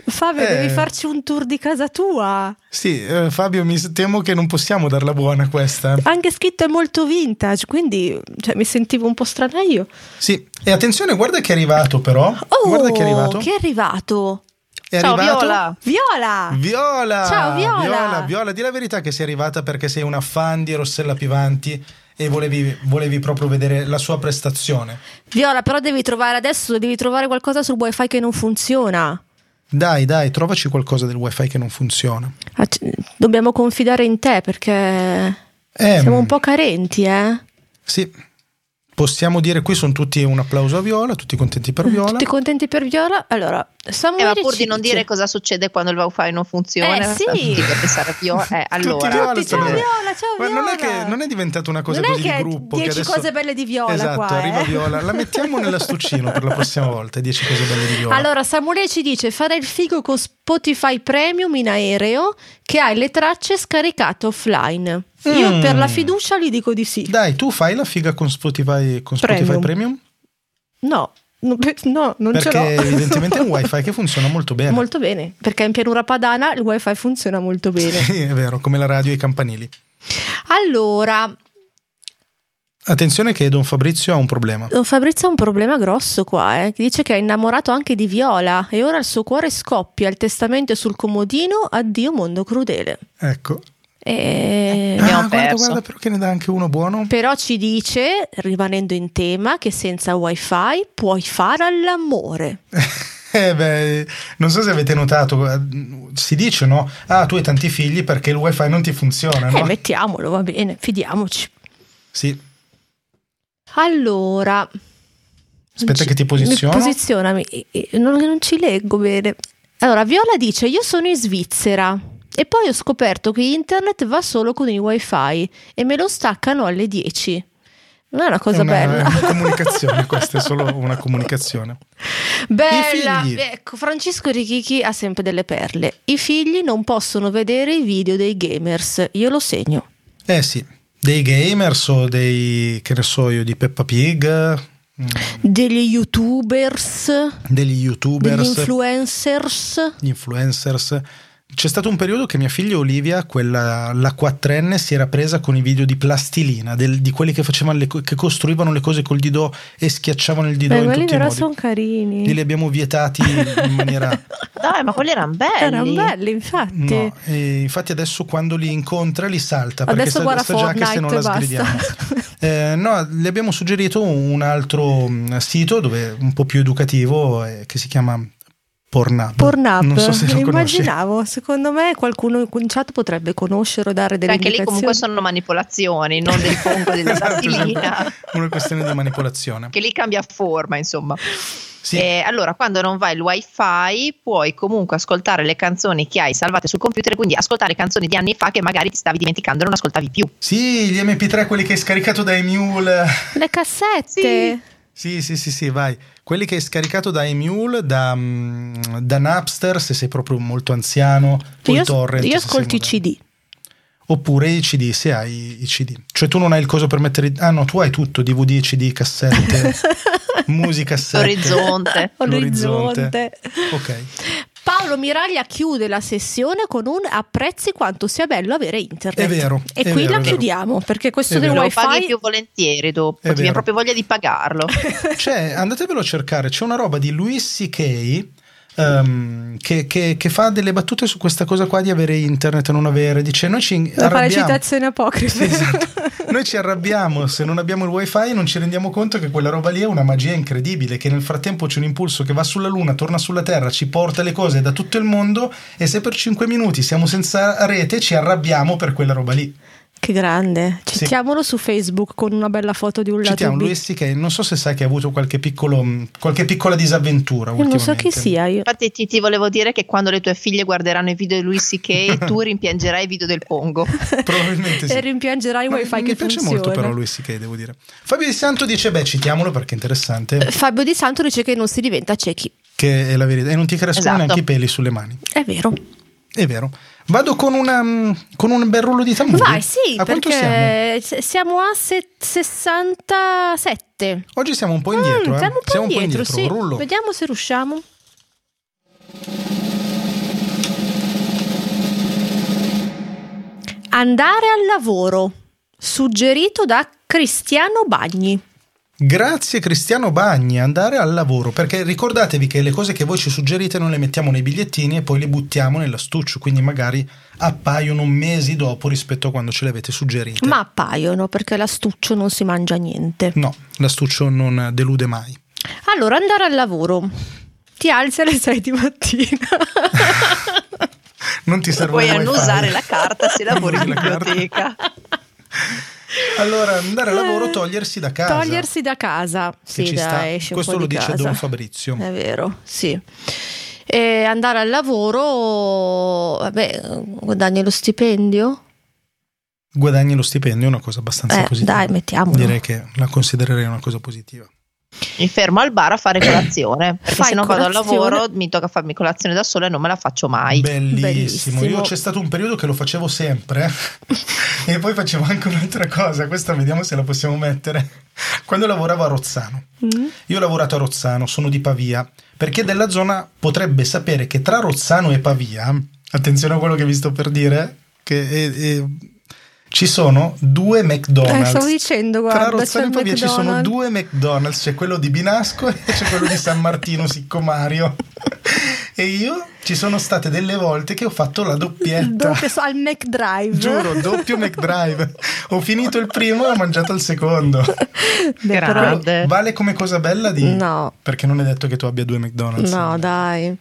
[SPEAKER 2] Fabio,
[SPEAKER 3] Eh.
[SPEAKER 2] devi farci un tour di casa tua.
[SPEAKER 3] Sì, eh, Fabio, mi s- temo che non possiamo darla buona questa.
[SPEAKER 2] Anche scritto è molto vintage, quindi cioè, mi sentivo un po' strana io.
[SPEAKER 3] Sì, e attenzione, guarda che è arrivato però.
[SPEAKER 2] Oh,
[SPEAKER 3] guarda che è arrivato.
[SPEAKER 2] Che è arrivato?
[SPEAKER 3] È
[SPEAKER 4] Ciao
[SPEAKER 3] arrivato-
[SPEAKER 4] Viola!
[SPEAKER 2] Viola!
[SPEAKER 3] Viola!
[SPEAKER 2] Ciao, Viola!
[SPEAKER 3] Viola, Viola, di la verità che sei arrivata perché sei una fan di Rossella Pivanti e volevi, volevi proprio vedere la sua prestazione.
[SPEAKER 2] Viola, però devi trovare adesso, devi trovare qualcosa sul wifi che non funziona.
[SPEAKER 3] Dai, dai, trovaci qualcosa del wifi che non funziona.
[SPEAKER 2] Ah, c- Dobbiamo confidare in te perché
[SPEAKER 3] Eh,
[SPEAKER 2] siamo un po' carenti, eh?
[SPEAKER 3] Sì. Possiamo dire qui sono tutti un applauso a Viola, tutti contenti per Viola.
[SPEAKER 2] Mm, Tutti contenti per Viola? Allora,
[SPEAKER 4] Eh,
[SPEAKER 2] Samuele
[SPEAKER 4] ma pur
[SPEAKER 2] ci
[SPEAKER 4] di non
[SPEAKER 2] dice-
[SPEAKER 4] dire cosa succede quando il wifi non funziona,
[SPEAKER 2] Eh, sì.
[SPEAKER 4] tutti che pensare a Pio, eh, allora,
[SPEAKER 3] Viola
[SPEAKER 2] Tutti,
[SPEAKER 3] stanno-
[SPEAKER 2] ciao Viola, ciao
[SPEAKER 3] Ma non è,
[SPEAKER 2] Viola.
[SPEAKER 3] che, non è diventata una cosa
[SPEAKER 2] Non è
[SPEAKER 3] così
[SPEAKER 2] che
[SPEAKER 3] di gruppo.
[SPEAKER 2] dieci
[SPEAKER 3] che adesso...
[SPEAKER 2] cose belle di Viola
[SPEAKER 3] Esatto,
[SPEAKER 2] qua,
[SPEAKER 3] arriva
[SPEAKER 2] eh.
[SPEAKER 3] Viola. La mettiamo nell'astuccino per la prossima volta. 10 cose belle di Viola.
[SPEAKER 2] Allora, Samuele ci dice: fare il figo con Spotify Premium in aereo che hai le tracce scaricate offline. Io
[SPEAKER 3] Mm.
[SPEAKER 2] per la fiducia gli dico di sì.
[SPEAKER 3] Dai, tu fai la figa con Spotify, con Spotify
[SPEAKER 2] Premium.
[SPEAKER 3] Premium.
[SPEAKER 2] No, no, pe- no, non ce l'ho.
[SPEAKER 3] perché evidentemente è un wifi che funziona molto bene.
[SPEAKER 2] Molto bene, perché in pianura padana il wifi funziona molto bene.
[SPEAKER 3] Sì, è vero, come la radio e i campanili.
[SPEAKER 2] Allora,
[SPEAKER 3] Attenzione che Don Fabrizio ha un problema.
[SPEAKER 2] Don oh, Fabrizio ha un problema grosso qua, eh, che dice che è innamorato anche di Viola e ora il suo cuore scoppia, il testamento è sul comodino, addio mondo crudele.
[SPEAKER 3] Ecco.
[SPEAKER 2] E-
[SPEAKER 4] abbiamo
[SPEAKER 3] ah, guarda,
[SPEAKER 4] perso.
[SPEAKER 3] guarda, però che ne dà anche uno buono.
[SPEAKER 2] Però ci dice, rimanendo in tema, che senza wifi puoi fare all'amore.
[SPEAKER 3] Eh beh, non so se avete notato, eh, si dice no, ah tu hai tanti figli perché il wifi non ti funziona,
[SPEAKER 2] Eh,
[SPEAKER 3] no?
[SPEAKER 2] mettiamolo, va bene, fidiamoci.
[SPEAKER 3] Sì,
[SPEAKER 2] Allora,
[SPEAKER 3] aspetta che ti posiziono.
[SPEAKER 2] Posizionami, Eh, eh, non, non ci leggo bene. Allora, Viola dice: Io sono in Svizzera e poi ho scoperto che internet va solo con il wifi e me lo staccano alle 10. Non è una cosa
[SPEAKER 3] È una-
[SPEAKER 2] bella.
[SPEAKER 3] è una comunicazione, questa è solo una comunicazione.
[SPEAKER 2] Bella,
[SPEAKER 3] I figli.
[SPEAKER 2] ecco, Francesco Richichi ha sempre delle perle. I figli non possono vedere i video dei gamers. Io lo segno.
[SPEAKER 3] Eh sì, dei gamers o dei, che ne so io, di Peppa Pig, mm,
[SPEAKER 2] Degli youtubers,
[SPEAKER 3] degli
[SPEAKER 2] degli
[SPEAKER 3] youtubers,
[SPEAKER 2] influencers.
[SPEAKER 3] gli influencers. C'è stato un periodo che mia figlia Olivia, quella, la quattrenne, si era presa con i video di plastilina, del- di quelli che, facevano le co- che costruivano le cose col didò e schiacciavano il didò
[SPEAKER 2] Beh,
[SPEAKER 3] in
[SPEAKER 2] quelli
[SPEAKER 3] tutti i
[SPEAKER 2] però
[SPEAKER 3] modi.
[SPEAKER 2] sono carini.
[SPEAKER 3] Li abbiamo vietati in maniera...
[SPEAKER 4] Dai, ma quelli erano belli. Cioè,
[SPEAKER 2] Erano belli, infatti.
[SPEAKER 3] No, e infatti adesso quando li incontra li salta perché
[SPEAKER 2] Adesso
[SPEAKER 3] sa,
[SPEAKER 2] guarda
[SPEAKER 3] sa già che se non la
[SPEAKER 2] Fortnite e
[SPEAKER 3] sgridiamo.
[SPEAKER 2] basta.
[SPEAKER 3] Eh, no, le abbiamo suggerito un altro mh, sito dove un po' più educativo eh, che si chiama Pornhub.
[SPEAKER 2] Pornhub,
[SPEAKER 3] Non so se lo conosci.
[SPEAKER 2] immaginavo, secondo me qualcuno in chat potrebbe conoscere o dare delle
[SPEAKER 4] Anche lì
[SPEAKER 2] indicazioni.
[SPEAKER 4] comunque sono manipolazioni, non del pongo della
[SPEAKER 3] Esatto,
[SPEAKER 4] plastilina.
[SPEAKER 3] esatto. Una questione di manipolazione.
[SPEAKER 4] Che lì cambia forma, insomma.
[SPEAKER 3] Sì.
[SPEAKER 4] Eh, allora, quando non vai il wifi, puoi comunque ascoltare le canzoni che hai salvate sul computer, quindi ascoltare canzoni di anni fa che magari ti stavi dimenticando e non ascoltavi più.
[SPEAKER 3] Sì, gli MP3 quelli che hai scaricato da Emule.
[SPEAKER 2] Le cassette.
[SPEAKER 3] Sì, sì, sì, sì, vai. Quelli che hai scaricato da Emule, da, mh, da Napster, se sei proprio molto anziano, o i
[SPEAKER 2] io,
[SPEAKER 3] torrent.
[SPEAKER 2] io
[SPEAKER 3] se sei
[SPEAKER 2] ascolto i
[SPEAKER 3] moderno.
[SPEAKER 2] CD.
[SPEAKER 3] Oppure i CD, se hai i CD. Cioè tu non hai il coso per mettere... Ah no, tu hai tutto, DVD, CD, cassette, musica
[SPEAKER 4] Orizzonte.
[SPEAKER 3] L'orizzonte.
[SPEAKER 2] Orizzonte.
[SPEAKER 3] Eh, Ok.
[SPEAKER 2] Paolo Miraglia chiude la sessione con un apprezzi quanto sia bello avere internet.
[SPEAKER 3] È vero,
[SPEAKER 2] E
[SPEAKER 3] è
[SPEAKER 2] qui
[SPEAKER 3] vero,
[SPEAKER 2] la
[SPEAKER 3] è vero.
[SPEAKER 2] chiudiamo perché questo
[SPEAKER 3] È
[SPEAKER 2] del
[SPEAKER 3] vero.
[SPEAKER 4] Lo
[SPEAKER 2] wifi
[SPEAKER 4] paghi più volentieri
[SPEAKER 3] È
[SPEAKER 4] dopo, ti viene
[SPEAKER 3] vero.
[SPEAKER 4] proprio voglia di pagarlo.
[SPEAKER 3] Cioè, C'è, andatevelo a cercare, c'è una roba di Louis C.K., ehm, che, che- che fa delle battute su questa cosa qua di avere internet o non avere. Dice: Noi ci
[SPEAKER 2] Da fare
[SPEAKER 3] arrabbiamo, esatto.
[SPEAKER 2] citazioni apocrife. Esatto.
[SPEAKER 3] noi ci arrabbiamo se non abbiamo il wifi e non ci rendiamo conto che quella roba lì è una magia incredibile, che nel frattempo c'è un impulso che va sulla Luna, torna sulla Terra, ci porta le cose da tutto il mondo e se per 5 minuti siamo senza rete ci arrabbiamo per quella roba lì.
[SPEAKER 2] Che grande.
[SPEAKER 3] Sì.
[SPEAKER 2] Citiamolo su Facebook con una bella foto di un lato
[SPEAKER 3] Citiamo
[SPEAKER 2] B.
[SPEAKER 3] Luis C.K., non so se sai che ha avuto qualche, piccolo, mh, qualche piccola disavventura
[SPEAKER 2] Io non so chi
[SPEAKER 3] ultimamente.
[SPEAKER 2] sia io.
[SPEAKER 4] Infatti ti, ti volevo dire che quando le tue figlie guarderanno i video di Luis C.K. tu rimpiangerai i video del Pongo.
[SPEAKER 3] Probabilmente sì.
[SPEAKER 2] E rimpiangerai il
[SPEAKER 3] Ma
[SPEAKER 2] wifi
[SPEAKER 3] mi
[SPEAKER 2] che
[SPEAKER 3] piace
[SPEAKER 2] funziona.
[SPEAKER 3] molto però Luis C.K., devo dire. Fabio Di Santo dice, beh, citiamolo perché è interessante,
[SPEAKER 2] Eh, Fabio Di Santo dice che non si diventa ciechi.
[SPEAKER 3] che è la verità, e non ti crescono
[SPEAKER 4] Esatto.
[SPEAKER 3] neanche i peli sulle mani.
[SPEAKER 2] È vero.
[SPEAKER 3] È vero. Vado con, una, mh, con un bel rullo di tamburi.
[SPEAKER 2] Vai, sì,
[SPEAKER 3] A quanto siamo?
[SPEAKER 2] perché se- siamo a se- 67.
[SPEAKER 3] Oggi siamo un po' indietro.
[SPEAKER 2] Mm,
[SPEAKER 3] eh.
[SPEAKER 2] siamo un po'
[SPEAKER 3] siamo
[SPEAKER 2] indietro,
[SPEAKER 3] un po' indietro.
[SPEAKER 2] sì.
[SPEAKER 3] Rullo.
[SPEAKER 2] Vediamo se riusciamo. Andare al lavoro, suggerito da Cristiano Bagni.
[SPEAKER 3] Grazie Cristiano Bagni, andare al lavoro, perché ricordatevi che le cose che voi ci suggerite non le mettiamo nei bigliettini e poi le buttiamo nell'astuccio, quindi magari appaiono mesi dopo rispetto a quando ce le avete suggerite.
[SPEAKER 2] Ma appaiono perché l'astuccio non si mangia niente.
[SPEAKER 3] No, l'astuccio non delude mai.
[SPEAKER 2] Allora, andare al lavoro. Ti alzi alle 6 di mattina.
[SPEAKER 3] Non ti serve
[SPEAKER 4] Puoi
[SPEAKER 3] il wifi.
[SPEAKER 4] annusare la carta se lavori in
[SPEAKER 3] La carta.
[SPEAKER 4] biblioteca.
[SPEAKER 3] Allora, andare al lavoro, togliersi da casa.
[SPEAKER 2] Eh, Togliersi da casa. Sì,
[SPEAKER 3] ci
[SPEAKER 2] dai,
[SPEAKER 3] sta.
[SPEAKER 2] esci un
[SPEAKER 3] Questo
[SPEAKER 2] po'
[SPEAKER 3] lo
[SPEAKER 2] di
[SPEAKER 3] dice
[SPEAKER 2] casa. Eh.
[SPEAKER 3] Don Fabrizio.
[SPEAKER 2] È vero, sì. E andare al lavoro, vabbè, guadagni lo stipendio?
[SPEAKER 3] Guadagni lo stipendio, è una cosa abbastanza
[SPEAKER 2] Eh,
[SPEAKER 3] positiva.
[SPEAKER 2] dai, mettiamolo.
[SPEAKER 3] Direi che la considererei una cosa positiva.
[SPEAKER 4] Mi fermo al bar a fare colazione, perché
[SPEAKER 2] Fai
[SPEAKER 4] se no vado al
[SPEAKER 2] colazione.
[SPEAKER 4] lavoro mi tocca farmi colazione da sola e non me la faccio mai.
[SPEAKER 3] Bellissimo.
[SPEAKER 2] Bellissimo.
[SPEAKER 3] Io c'è stato un periodo che lo facevo sempre eh. e poi facevo anche un'altra cosa. Questa vediamo se la possiamo mettere. Quando lavoravo a Rozzano,
[SPEAKER 2] Mm.
[SPEAKER 3] io ho lavorato a Rozzano, sono di Pavia. Perché della zona potrebbe sapere che tra Rozzano e Pavia, attenzione a quello che vi sto per dire, che è- è- ci sono due McDonald's.
[SPEAKER 2] Eh, stavo dicendo, guarda,
[SPEAKER 3] tra Rozzano
[SPEAKER 2] c'è
[SPEAKER 3] e
[SPEAKER 2] il
[SPEAKER 3] Pavia ci sono
[SPEAKER 2] McDonald's.
[SPEAKER 3] due McDonald's, c'è quello di Binasco e c'è quello di San Martino Siccomario. E io ci sono state delle volte che ho fatto la doppietta.
[SPEAKER 2] Dove so, al McDrive.
[SPEAKER 3] Giuro, doppio McDrive. Ho finito il primo e ho mangiato il secondo.
[SPEAKER 2] Beh, però-
[SPEAKER 4] Grande.
[SPEAKER 3] Vale come cosa bella di...
[SPEAKER 2] No.
[SPEAKER 3] Perché non è detto che tu abbia due McDonald's.
[SPEAKER 2] No, dai.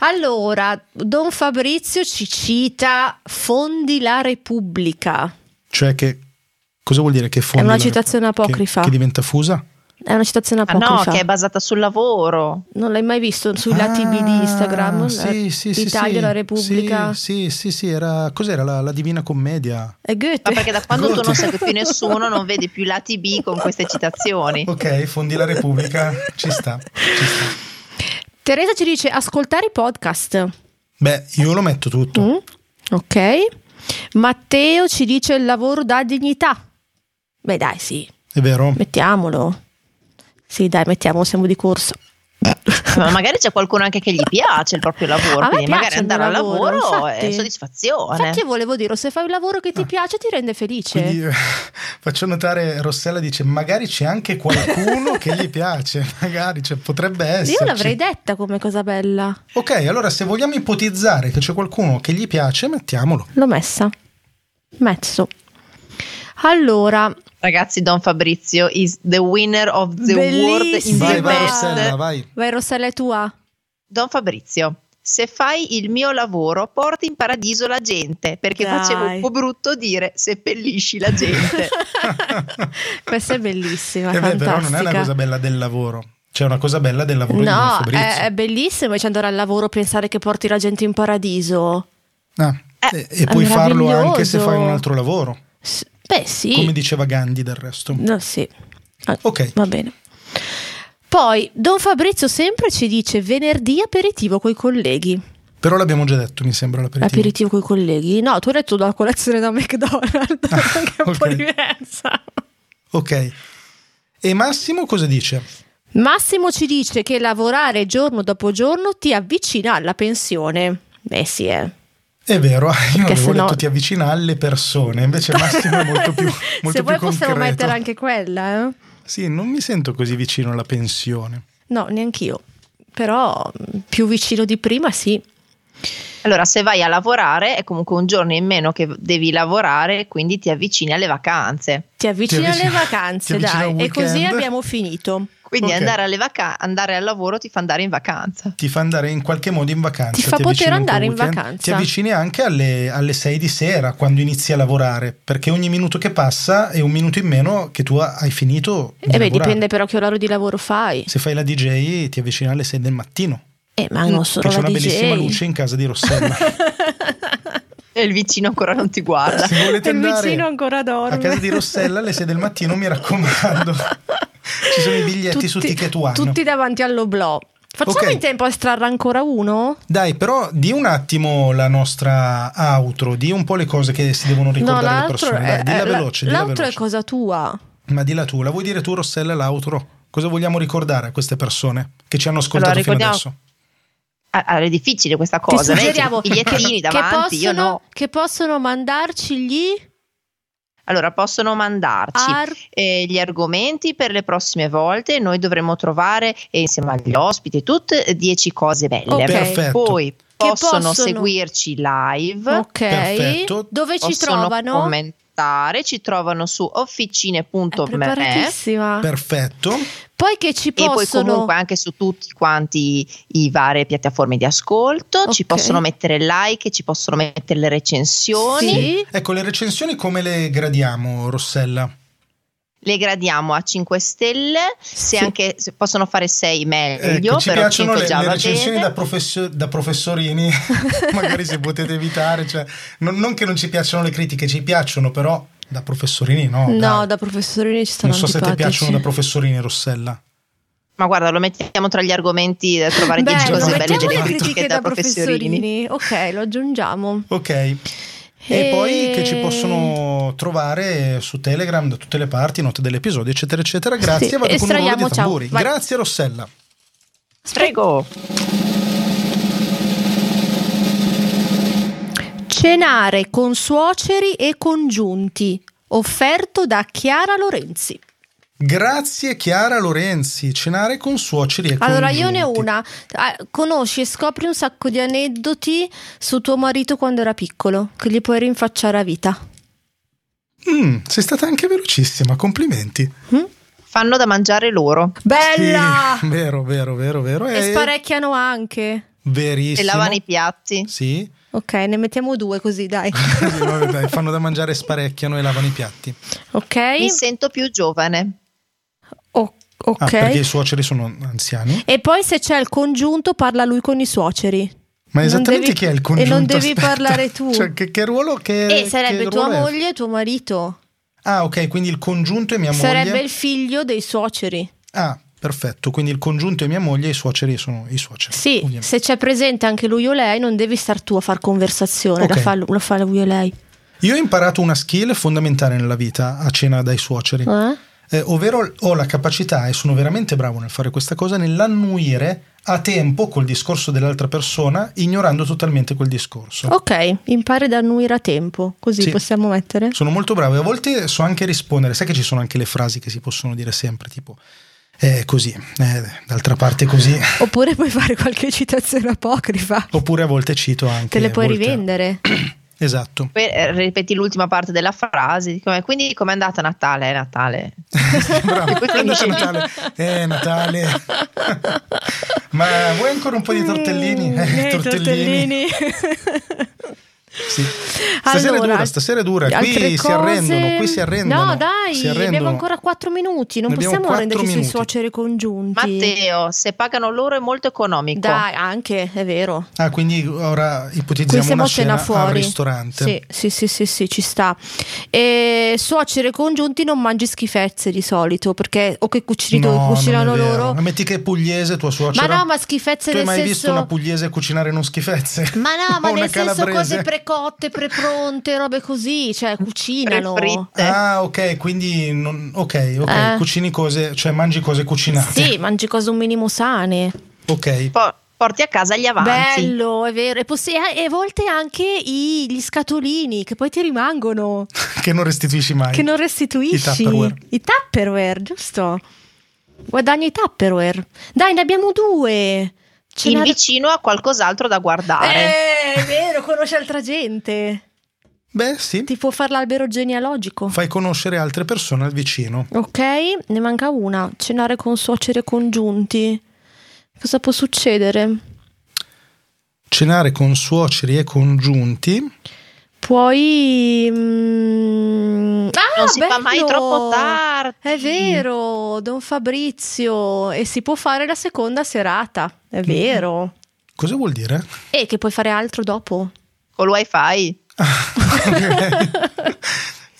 [SPEAKER 2] Allora, Don Fabrizio ci cita Fondi la Repubblica.
[SPEAKER 3] Cioè che... Cosa vuol dire che fondi
[SPEAKER 2] una
[SPEAKER 3] la-
[SPEAKER 2] citazione
[SPEAKER 3] che-
[SPEAKER 2] apocrifa.
[SPEAKER 3] Che, diventa fusa?
[SPEAKER 2] È una citazione
[SPEAKER 4] Ah no,
[SPEAKER 2] apocrifa.
[SPEAKER 4] che è basata sul lavoro.
[SPEAKER 2] Non l'hai mai visto sui
[SPEAKER 3] Ah,
[SPEAKER 2] lati B di Instagram?
[SPEAKER 3] Sì,
[SPEAKER 2] La-
[SPEAKER 3] sì, sì.
[SPEAKER 2] Italia,
[SPEAKER 3] sì.
[SPEAKER 2] la Repubblica.
[SPEAKER 3] Sì, sì, sì, sì, era... Cos'era? La, la Divina Commedia.
[SPEAKER 2] È Goethe.
[SPEAKER 4] Ma perché da quando tu
[SPEAKER 3] Goethe.
[SPEAKER 4] non sei più nessuno non vedi più i lati B con queste citazioni.
[SPEAKER 3] Ok, fondi la Repubblica, ci sta, ci sta.
[SPEAKER 2] Teresa ci dice ascoltare i podcast.
[SPEAKER 3] Beh, io lo metto tutto.
[SPEAKER 2] Mm? Ok. Matteo ci dice il lavoro dà dignità. Beh dai, sì,
[SPEAKER 3] È vero?
[SPEAKER 2] mettiamolo. Sì, dai, mettiamolo, siamo di corso.
[SPEAKER 4] Ma magari c'è qualcuno anche che gli piace il proprio lavoro,
[SPEAKER 2] A me
[SPEAKER 4] quindi magari
[SPEAKER 2] piace il mio
[SPEAKER 4] andare al lavoro, è
[SPEAKER 2] infatti.
[SPEAKER 4] soddisfazione. Ah.
[SPEAKER 2] Infatti, io volevo dire, se fai un lavoro che ti piace, ti rende felice.
[SPEAKER 3] Quindi eh, faccio notare, Rossella dice, magari c'è anche qualcuno che gli piace, magari, cioè, potrebbe essere.
[SPEAKER 2] Io l'avrei detta come cosa bella.
[SPEAKER 3] Ok, allora se vogliamo ipotizzare che c'è qualcuno che gli piace, mettiamolo.
[SPEAKER 2] L'ho messa. Mezzo. Allora,
[SPEAKER 4] Ragazzi, Don Fabrizio is the winner of the award in
[SPEAKER 2] Bellissimo.
[SPEAKER 3] Vai, vai
[SPEAKER 4] the
[SPEAKER 2] beh.
[SPEAKER 4] best.
[SPEAKER 3] Rossella, vai.
[SPEAKER 2] vai Rossella è tua.
[SPEAKER 4] Don Fabrizio, se fai il mio lavoro, porti in paradiso la gente, perché
[SPEAKER 2] Dai.
[SPEAKER 4] facevo un po' brutto dire seppellisci la gente.
[SPEAKER 2] Questa è bellissima,
[SPEAKER 3] Eh beh,
[SPEAKER 2] fantastica.
[SPEAKER 3] però non è una cosa bella del lavoro, c'è una cosa bella del lavoro di Don
[SPEAKER 2] No, eh,
[SPEAKER 3] Fabrizio.
[SPEAKER 2] è, è bellissimo invece andare al lavoro e pensare che porti la gente in paradiso.
[SPEAKER 3] Ah, e, e
[SPEAKER 2] eh, è
[SPEAKER 3] puoi farlo
[SPEAKER 2] meraviglioso.
[SPEAKER 3] anche se fai un altro lavoro,
[SPEAKER 2] S- Beh, sì.
[SPEAKER 3] come diceva Gandhi del resto.
[SPEAKER 2] No, sì. Ah,
[SPEAKER 3] Ok.
[SPEAKER 2] Va bene. Poi, Don Fabrizio sempre ci dice venerdì aperitivo coi colleghi.
[SPEAKER 3] Però l'abbiamo già detto, mi sembra, l'aperitivo.
[SPEAKER 2] Aperitivo coi colleghi? No, tu hai detto la colazione da McDonald's, che è un po'
[SPEAKER 3] ok.
[SPEAKER 2] diversa.
[SPEAKER 3] Ok. E Massimo cosa dice?
[SPEAKER 2] Massimo ci dice che lavorare giorno dopo giorno ti avvicina alla pensione. Beh sì, eh.
[SPEAKER 3] È vero, io
[SPEAKER 2] Che se
[SPEAKER 3] avevo
[SPEAKER 2] no-
[SPEAKER 3] detto ti avvicina alle persone, invece Massimo è molto più, molto
[SPEAKER 2] Se
[SPEAKER 3] più
[SPEAKER 2] vuoi
[SPEAKER 3] concreto.
[SPEAKER 2] possiamo mettere anche quella, eh?
[SPEAKER 3] Sì, non mi sento così vicino alla pensione.
[SPEAKER 2] No, neanch'io. però mh, più vicino di prima sì.
[SPEAKER 4] Allora, se vai a lavorare è comunque un giorno in meno che devi lavorare, quindi ti avvicini alle vacanze.
[SPEAKER 2] Ti avvicini
[SPEAKER 3] Ti avvicini-
[SPEAKER 2] alle
[SPEAKER 3] ti
[SPEAKER 2] vacanze,
[SPEAKER 3] avvicini al
[SPEAKER 2] dai, e così
[SPEAKER 3] weekend.
[SPEAKER 2] abbiamo finito.
[SPEAKER 4] Quindi
[SPEAKER 3] Ok.
[SPEAKER 4] andare, alle vaca- andare al lavoro ti fa andare in vacanza.
[SPEAKER 3] Ti fa andare in qualche modo in vacanza.
[SPEAKER 2] Ti fa
[SPEAKER 3] avvicini
[SPEAKER 2] poter
[SPEAKER 3] un po'
[SPEAKER 2] andare
[SPEAKER 3] al
[SPEAKER 2] in
[SPEAKER 3] weekend.
[SPEAKER 2] vacanza.
[SPEAKER 3] Ti avvicini anche alle, alle 6 di sera quando inizi a lavorare, perché ogni minuto che passa è un minuto in meno che tu hai finito. Di
[SPEAKER 2] E beh,
[SPEAKER 3] lavorare.
[SPEAKER 2] dipende però che orario di lavoro fai.
[SPEAKER 3] Se fai la DJ ti avvicini alle 6 del mattino.
[SPEAKER 2] Eh, ma non
[SPEAKER 3] che
[SPEAKER 2] solo
[SPEAKER 3] c'è
[SPEAKER 2] la
[SPEAKER 3] Mm. una bellissima
[SPEAKER 2] DJ.
[SPEAKER 3] luce in casa di Rossella.
[SPEAKER 4] E il vicino ancora non ti guarda.
[SPEAKER 3] Se volete
[SPEAKER 2] Il
[SPEAKER 3] andare
[SPEAKER 2] vicino ancora dorme.
[SPEAKER 3] a casa di Rossella alle 6 del mattino, mi raccomando. Ci sono i biglietti su Ticket One.
[SPEAKER 2] Tutti davanti all'oblò. Facciamo
[SPEAKER 3] Ok.
[SPEAKER 2] in tempo a estrarre ancora uno?
[SPEAKER 3] Dai, però di un attimo la nostra outro, di un po' le cose che si devono ricordare le persone. Dai,
[SPEAKER 2] è-
[SPEAKER 3] dilla
[SPEAKER 2] è-
[SPEAKER 3] veloce, dilla
[SPEAKER 2] l'altro
[SPEAKER 3] veloce.
[SPEAKER 2] è cosa tua.
[SPEAKER 3] Ma dilla tu, la vuoi dire tu, Rossella, l'outro? Cosa vogliamo ricordare a queste persone che ci hanno ascoltato
[SPEAKER 4] Allora,
[SPEAKER 3] fino
[SPEAKER 4] ricordiamo-
[SPEAKER 3] adesso?
[SPEAKER 4] Ah, Allora è difficile questa
[SPEAKER 2] Ti
[SPEAKER 4] cosa. vedi?
[SPEAKER 2] suggeriamo
[SPEAKER 4] I bigliettini davanti,
[SPEAKER 2] che
[SPEAKER 4] io
[SPEAKER 2] possono,
[SPEAKER 4] no.
[SPEAKER 2] che possono mandarci gli
[SPEAKER 4] Allora possono mandarci
[SPEAKER 2] ar-
[SPEAKER 4] eh, gli argomenti per le prossime volte. Noi dovremo trovare, eh, insieme agli ospiti, e tutte eh, 10 cose belle.
[SPEAKER 2] Ok.
[SPEAKER 3] Perfetto.
[SPEAKER 4] Poi possono,
[SPEAKER 2] possono-
[SPEAKER 4] seguirci live.
[SPEAKER 2] Ok,
[SPEAKER 3] Perfetto.
[SPEAKER 2] dove ci
[SPEAKER 4] possono
[SPEAKER 2] trovano?
[SPEAKER 4] commentare, ci trovano su
[SPEAKER 2] È
[SPEAKER 4] officine.me
[SPEAKER 2] preparatissima.
[SPEAKER 3] Perfetto.
[SPEAKER 2] Poi che ci
[SPEAKER 4] e poi
[SPEAKER 2] possono
[SPEAKER 4] comunque anche su tutti quanti i varie piattaforme di ascolto, ci
[SPEAKER 2] Ok.
[SPEAKER 4] possono mettere like, ci possono mettere le recensioni.
[SPEAKER 2] Sì.
[SPEAKER 3] Ecco, le recensioni come le gradiamo, Rossella?
[SPEAKER 4] Le gradiamo a 5 stelle,
[SPEAKER 2] Sì.
[SPEAKER 4] se anche se possono fare 6 meglio,
[SPEAKER 3] Ecco, ci
[SPEAKER 4] però
[SPEAKER 3] piacciono
[SPEAKER 4] 5
[SPEAKER 3] le,
[SPEAKER 4] già
[SPEAKER 3] le
[SPEAKER 4] va
[SPEAKER 3] recensioni
[SPEAKER 4] bene.
[SPEAKER 3] da, professio- da professorini, magari se potete evitare. cioè, non, non che non ci piacciono le critiche, ci piacciono, però da professorini no.
[SPEAKER 2] No,
[SPEAKER 3] dai.
[SPEAKER 2] da professorini ci stanno
[SPEAKER 3] non so se ti
[SPEAKER 2] antipatici.
[SPEAKER 3] piacciono da professorini, Rossella.
[SPEAKER 4] Ma guarda, lo mettiamo tra gli argomenti da trovare 10
[SPEAKER 2] Bello,
[SPEAKER 4] cose belle
[SPEAKER 2] mettiamo
[SPEAKER 4] delle
[SPEAKER 2] le
[SPEAKER 3] fatto.
[SPEAKER 4] critiche da professorini.
[SPEAKER 2] Ok, lo aggiungiamo. Eh,
[SPEAKER 3] Ok. E... poi che ci possono trovare su Telegram da tutte le parti, note dell'episodio, eccetera, eccetera. Grazie,
[SPEAKER 2] Sì,
[SPEAKER 3] vado con un ruolo
[SPEAKER 2] estraiamo,
[SPEAKER 3] di
[SPEAKER 2] ciao,
[SPEAKER 3] tamburi.
[SPEAKER 2] vai.
[SPEAKER 3] Grazie Rossella.
[SPEAKER 4] Prego.
[SPEAKER 2] Cenare con suoceri e congiunti, offerto da Chiara Lorenzi.
[SPEAKER 3] Grazie Chiara Lorenzi, cenare con suoceri e
[SPEAKER 2] Allora io ne ho
[SPEAKER 3] congiunti.
[SPEAKER 2] una. Ah, Conosci e scopri un sacco di aneddoti su tuo marito quando era piccolo, che gli puoi rinfacciare a vita.
[SPEAKER 3] Mm, sei stata anche velocissima, complimenti.
[SPEAKER 4] Fanno da mangiare loro.
[SPEAKER 2] Bella!
[SPEAKER 3] Sì, vero, vero, vero, vero.
[SPEAKER 2] E
[SPEAKER 3] eh,
[SPEAKER 2] sparecchiano anche.
[SPEAKER 4] E
[SPEAKER 3] Verissimo.
[SPEAKER 4] lavano i piatti.
[SPEAKER 3] Sì,
[SPEAKER 2] Ok, ne mettiamo due così, dai.
[SPEAKER 3] Sì, no, dai, fanno da mangiare, sparecchiano e lavano i piatti.
[SPEAKER 2] Ok?
[SPEAKER 4] Mi sento più giovane.
[SPEAKER 2] O-
[SPEAKER 3] Ah,
[SPEAKER 2] ok.
[SPEAKER 3] perché i suoceri sono anziani.
[SPEAKER 2] E poi se c'è il congiunto parla lui con i suoceri.
[SPEAKER 3] Ma
[SPEAKER 2] Non
[SPEAKER 3] esattamente
[SPEAKER 2] devi-
[SPEAKER 3] chi è il
[SPEAKER 2] e
[SPEAKER 3] congiunto?
[SPEAKER 2] non devi
[SPEAKER 3] Aspetta.
[SPEAKER 2] parlare tu.
[SPEAKER 3] Cioè, che, che ruolo che
[SPEAKER 2] E
[SPEAKER 3] Eh, che
[SPEAKER 2] sarebbe tua
[SPEAKER 3] ruolo è?
[SPEAKER 2] moglie e tuo marito.
[SPEAKER 3] Ah, ok, quindi il congiunto e mia
[SPEAKER 2] Sarebbe
[SPEAKER 3] moglie.
[SPEAKER 2] il figlio dei suoceri.
[SPEAKER 3] Ah, perfetto. Quindi il congiunto e mia moglie, i suoceri sono i suoceri.
[SPEAKER 2] Sì,
[SPEAKER 3] ovviamente.
[SPEAKER 2] se c'è presente anche lui o lei, non devi star tu a far conversazione,
[SPEAKER 3] Ok.
[SPEAKER 2] la, fa, la fa lui o lei.
[SPEAKER 3] Io ho imparato una skill fondamentale nella vita a cena dai suoceri.
[SPEAKER 2] Eh?
[SPEAKER 3] Eh, ovvero ho la capacità e sono veramente bravo nel fare questa cosa nell'annuire a tempo col discorso dell'altra persona ignorando totalmente quel discorso.
[SPEAKER 2] Ok, impari ad annuire a tempo, così
[SPEAKER 3] Sì.
[SPEAKER 2] possiamo mettere.
[SPEAKER 3] Sono molto bravo e a volte so anche rispondere. Sai che ci sono anche le frasi che si possono dire sempre, tipo eh, così, eh, d'altra parte così.
[SPEAKER 2] Oppure puoi fare qualche citazione apocrifa.
[SPEAKER 3] Oppure a volte cito anche.
[SPEAKER 2] Te le puoi
[SPEAKER 3] Voltaire.
[SPEAKER 2] rivendere.
[SPEAKER 3] Esatto.
[SPEAKER 4] Poi eh, ripeti l'ultima parte della frase. dico, "Eh, Quindi com'è andata Natale? Eh, Natale.
[SPEAKER 3] Bravo. Andate a Natale. Eh, Natale. Ma vuoi ancora un po' di tortellini? Eh,
[SPEAKER 2] Eh,
[SPEAKER 3] Sì. Stasera è dura, stasera è dura.
[SPEAKER 2] altre
[SPEAKER 3] Qui si arrendono, qui si arrendono.
[SPEAKER 2] No, dai,
[SPEAKER 3] si arrendono.
[SPEAKER 2] abbiamo ancora 4 minuti. Non
[SPEAKER 3] Ne abbiamo
[SPEAKER 2] possiamo
[SPEAKER 3] quattro
[SPEAKER 2] arrenderci sui
[SPEAKER 3] minuti.
[SPEAKER 2] suoceri congiunti.
[SPEAKER 4] Matteo, se pagano loro è molto economico.
[SPEAKER 2] Dai, anche, è vero.
[SPEAKER 3] Ah, quindi ora
[SPEAKER 2] Qui
[SPEAKER 3] ipotizziamo
[SPEAKER 2] siamo
[SPEAKER 3] una
[SPEAKER 2] a cena
[SPEAKER 3] scena
[SPEAKER 2] fuori.
[SPEAKER 3] al ristorante.
[SPEAKER 2] Sì, sì, sì, sì, sì, ci sta. E suocere congiunti non mangi schifezze di solito, perché o che cucini tu,
[SPEAKER 3] No,
[SPEAKER 2] che
[SPEAKER 3] non è
[SPEAKER 2] cucinano
[SPEAKER 3] vero.
[SPEAKER 2] loro.
[SPEAKER 3] Ma metti che è pugliese tua
[SPEAKER 2] Ma
[SPEAKER 3] suocera.
[SPEAKER 2] no, ma schifezze
[SPEAKER 3] tu hai
[SPEAKER 2] nel
[SPEAKER 3] mai
[SPEAKER 2] senso
[SPEAKER 3] visto una pugliese cucinare non schifezze?
[SPEAKER 2] Ma no, ma
[SPEAKER 3] O una
[SPEAKER 2] nel senso
[SPEAKER 3] calabrese?
[SPEAKER 2] cose precotte, prepronte, robe così, cioè cucinano.
[SPEAKER 4] Prefritte.
[SPEAKER 3] Ah, ok, quindi non- ok, ok,
[SPEAKER 2] Eh.
[SPEAKER 3] cucini cose, cioè mangi cose cucinate.
[SPEAKER 2] Sì, mangi cose un minimo sane.
[SPEAKER 3] Ok.
[SPEAKER 4] Po- porti a casa gli avanzi.
[SPEAKER 2] Bello, è vero. E, possi- e a volte anche i- gli scatolini che poi ti rimangono,
[SPEAKER 3] Che non restituisci mai.
[SPEAKER 2] che non restituisci.
[SPEAKER 3] I Tupperware.
[SPEAKER 2] I Tupperware, giusto. Guadagni i Tupperware. Dai, ne abbiamo due. Ce
[SPEAKER 4] in
[SPEAKER 2] n'era-
[SPEAKER 4] vicino a qualcos'altro da guardare.
[SPEAKER 2] Eh, è vero, conosce altra gente.
[SPEAKER 3] Beh, sì.
[SPEAKER 2] Ti può fare l'albero genealogico.
[SPEAKER 3] Fai conoscere altre persone al vicino.
[SPEAKER 2] Ok, ne manca una. Cenare con suocere congiunti. Cosa può succedere?
[SPEAKER 3] Cenare con suoceri e congiunti.
[SPEAKER 2] Puoi. mm, ah,
[SPEAKER 4] Non si fa mai
[SPEAKER 2] bello!
[SPEAKER 4] troppo tardi.
[SPEAKER 2] È vero, Don Fabrizio. E si può fare la seconda serata. È vero.
[SPEAKER 3] Cosa vuol dire?
[SPEAKER 2] Mm-hmm. E che puoi fare altro dopo?
[SPEAKER 4] Col wifi
[SPEAKER 3] Ah,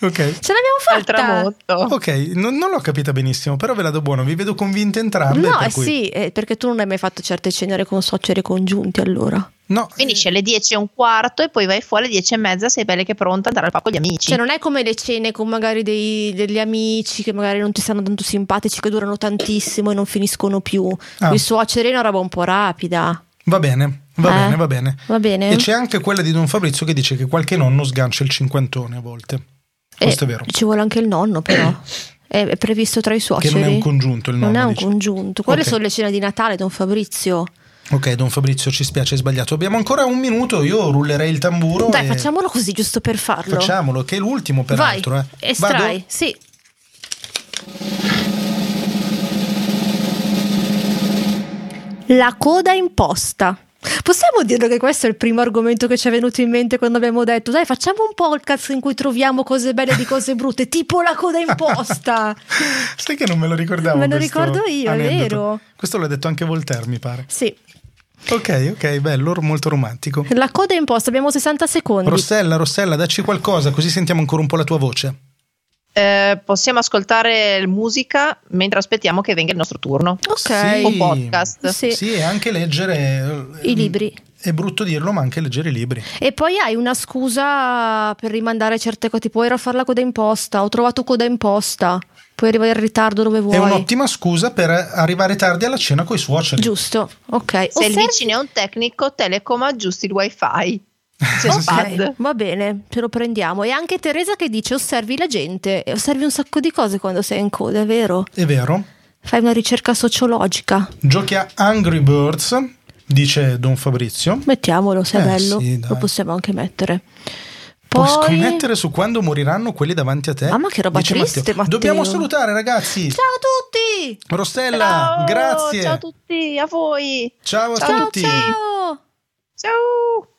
[SPEAKER 3] Ok.
[SPEAKER 2] Ce l'abbiamo
[SPEAKER 4] al
[SPEAKER 2] fatta!
[SPEAKER 4] tramonto.
[SPEAKER 3] Ok, non, non l'ho capita benissimo, però ve la do buona. Vi vedo convinte entrambe.
[SPEAKER 2] No,
[SPEAKER 3] per
[SPEAKER 2] eh
[SPEAKER 3] cui-
[SPEAKER 2] sì, eh, perché tu non hai mai fatto certe cenere con suocere congiunti allora.
[SPEAKER 3] No,
[SPEAKER 4] Finisce alle 10 e un quarto e poi vai fuori alle 10 e mezza, sei belle che è pronta ad andare al pub con gli amici.
[SPEAKER 2] Cioè, non è come le cene con magari dei- degli amici che magari non ti stanno tanto simpatici, che durano tantissimo e non finiscono più.
[SPEAKER 3] Ah.
[SPEAKER 2] Il suocero è una roba un po' rapida.
[SPEAKER 3] va bene, va
[SPEAKER 2] Eh.
[SPEAKER 3] bene, va bene.
[SPEAKER 2] Va bene?
[SPEAKER 3] E c'è anche quella di Don Fabrizio che dice che qualche nonno sgancia il cinquantone a volte. Questo
[SPEAKER 2] Eh,
[SPEAKER 3] è vero.
[SPEAKER 2] Ci vuole anche il nonno, però. È è previsto tra i
[SPEAKER 3] Che
[SPEAKER 2] suoceri.
[SPEAKER 3] non è un congiunto il nonno.
[SPEAKER 2] Non è un
[SPEAKER 3] dice.
[SPEAKER 2] congiunto. Quelle
[SPEAKER 3] Ok.
[SPEAKER 2] sono le cene di Natale, don Fabrizio.
[SPEAKER 3] Ok, Don Fabrizio, ci spiace, hai sbagliato. Abbiamo ancora un minuto, io rullerei il tamburo.
[SPEAKER 2] Dai,
[SPEAKER 3] e-
[SPEAKER 2] facciamolo così, giusto per farlo.
[SPEAKER 3] Facciamolo, che è l'ultimo
[SPEAKER 2] Vai,
[SPEAKER 3] peraltro. eh.
[SPEAKER 2] estrai.
[SPEAKER 3] Vado?
[SPEAKER 2] Sì. La coda imposta. Possiamo dirlo che questo è il primo argomento che ci è venuto in mente quando abbiamo detto dai facciamo un podcast in cui troviamo cose belle di cose brutte, tipo la coda imposta.
[SPEAKER 3] Sai che non me lo ricordavo.
[SPEAKER 2] Me lo
[SPEAKER 3] questo
[SPEAKER 2] ricordo io, è
[SPEAKER 3] aneddoto.
[SPEAKER 2] vero.
[SPEAKER 3] Questo l'ha detto anche Voltaire, mi pare.
[SPEAKER 2] Sì,
[SPEAKER 3] Ok, ok, bello, molto romantico.
[SPEAKER 2] la coda imposta, abbiamo 60 secondi.
[SPEAKER 3] Rossella, Rossella, dacci qualcosa, così sentiamo ancora un po' la tua voce.
[SPEAKER 4] Eh, possiamo ascoltare musica mentre aspettiamo che venga il nostro turno.
[SPEAKER 2] ok.
[SPEAKER 4] O podcast.
[SPEAKER 2] Sì.
[SPEAKER 3] Sì, e anche leggere.
[SPEAKER 2] I libri.
[SPEAKER 3] È brutto dirlo, ma anche leggere i libri.
[SPEAKER 2] E poi hai una scusa per rimandare certe cose, tipo ero a fare la coda imposta, ho trovato coda imposta, puoi arrivare in ritardo dove vuoi.
[SPEAKER 3] È un'ottima scusa per arrivare tardi alla cena coi suoceri.
[SPEAKER 2] Giusto, ok.
[SPEAKER 4] Se il
[SPEAKER 2] Osservi-
[SPEAKER 4] vicino è un tecnico, Telecom aggiusti il wifi. C'è
[SPEAKER 2] Ok,
[SPEAKER 4] Spad.
[SPEAKER 2] va bene, ce lo prendiamo. E anche Teresa che dice osservi la gente e osservi un sacco di cose quando sei in coda, è vero?
[SPEAKER 3] È vero.
[SPEAKER 2] Fai una ricerca sociologica.
[SPEAKER 3] Giochi a Angry Birds, dice Don Fabrizio.
[SPEAKER 2] Mettiamolo, se è
[SPEAKER 3] Eh,
[SPEAKER 2] bello,
[SPEAKER 3] sì, dai.
[SPEAKER 2] lo possiamo anche mettere. Poi...
[SPEAKER 3] Puoi scommettere su quando moriranno quelli davanti a te?
[SPEAKER 2] Mamma, che roba
[SPEAKER 3] Dice
[SPEAKER 2] triste, Matteo.
[SPEAKER 3] Dobbiamo salutare, ragazzi.
[SPEAKER 2] Ciao a tutti!
[SPEAKER 3] Rossella, grazie.
[SPEAKER 4] Ciao a tutti, a voi.
[SPEAKER 3] Ciao a
[SPEAKER 4] Ciao a
[SPEAKER 3] tutti.
[SPEAKER 4] tutti.
[SPEAKER 2] Ciao!
[SPEAKER 4] Ciao.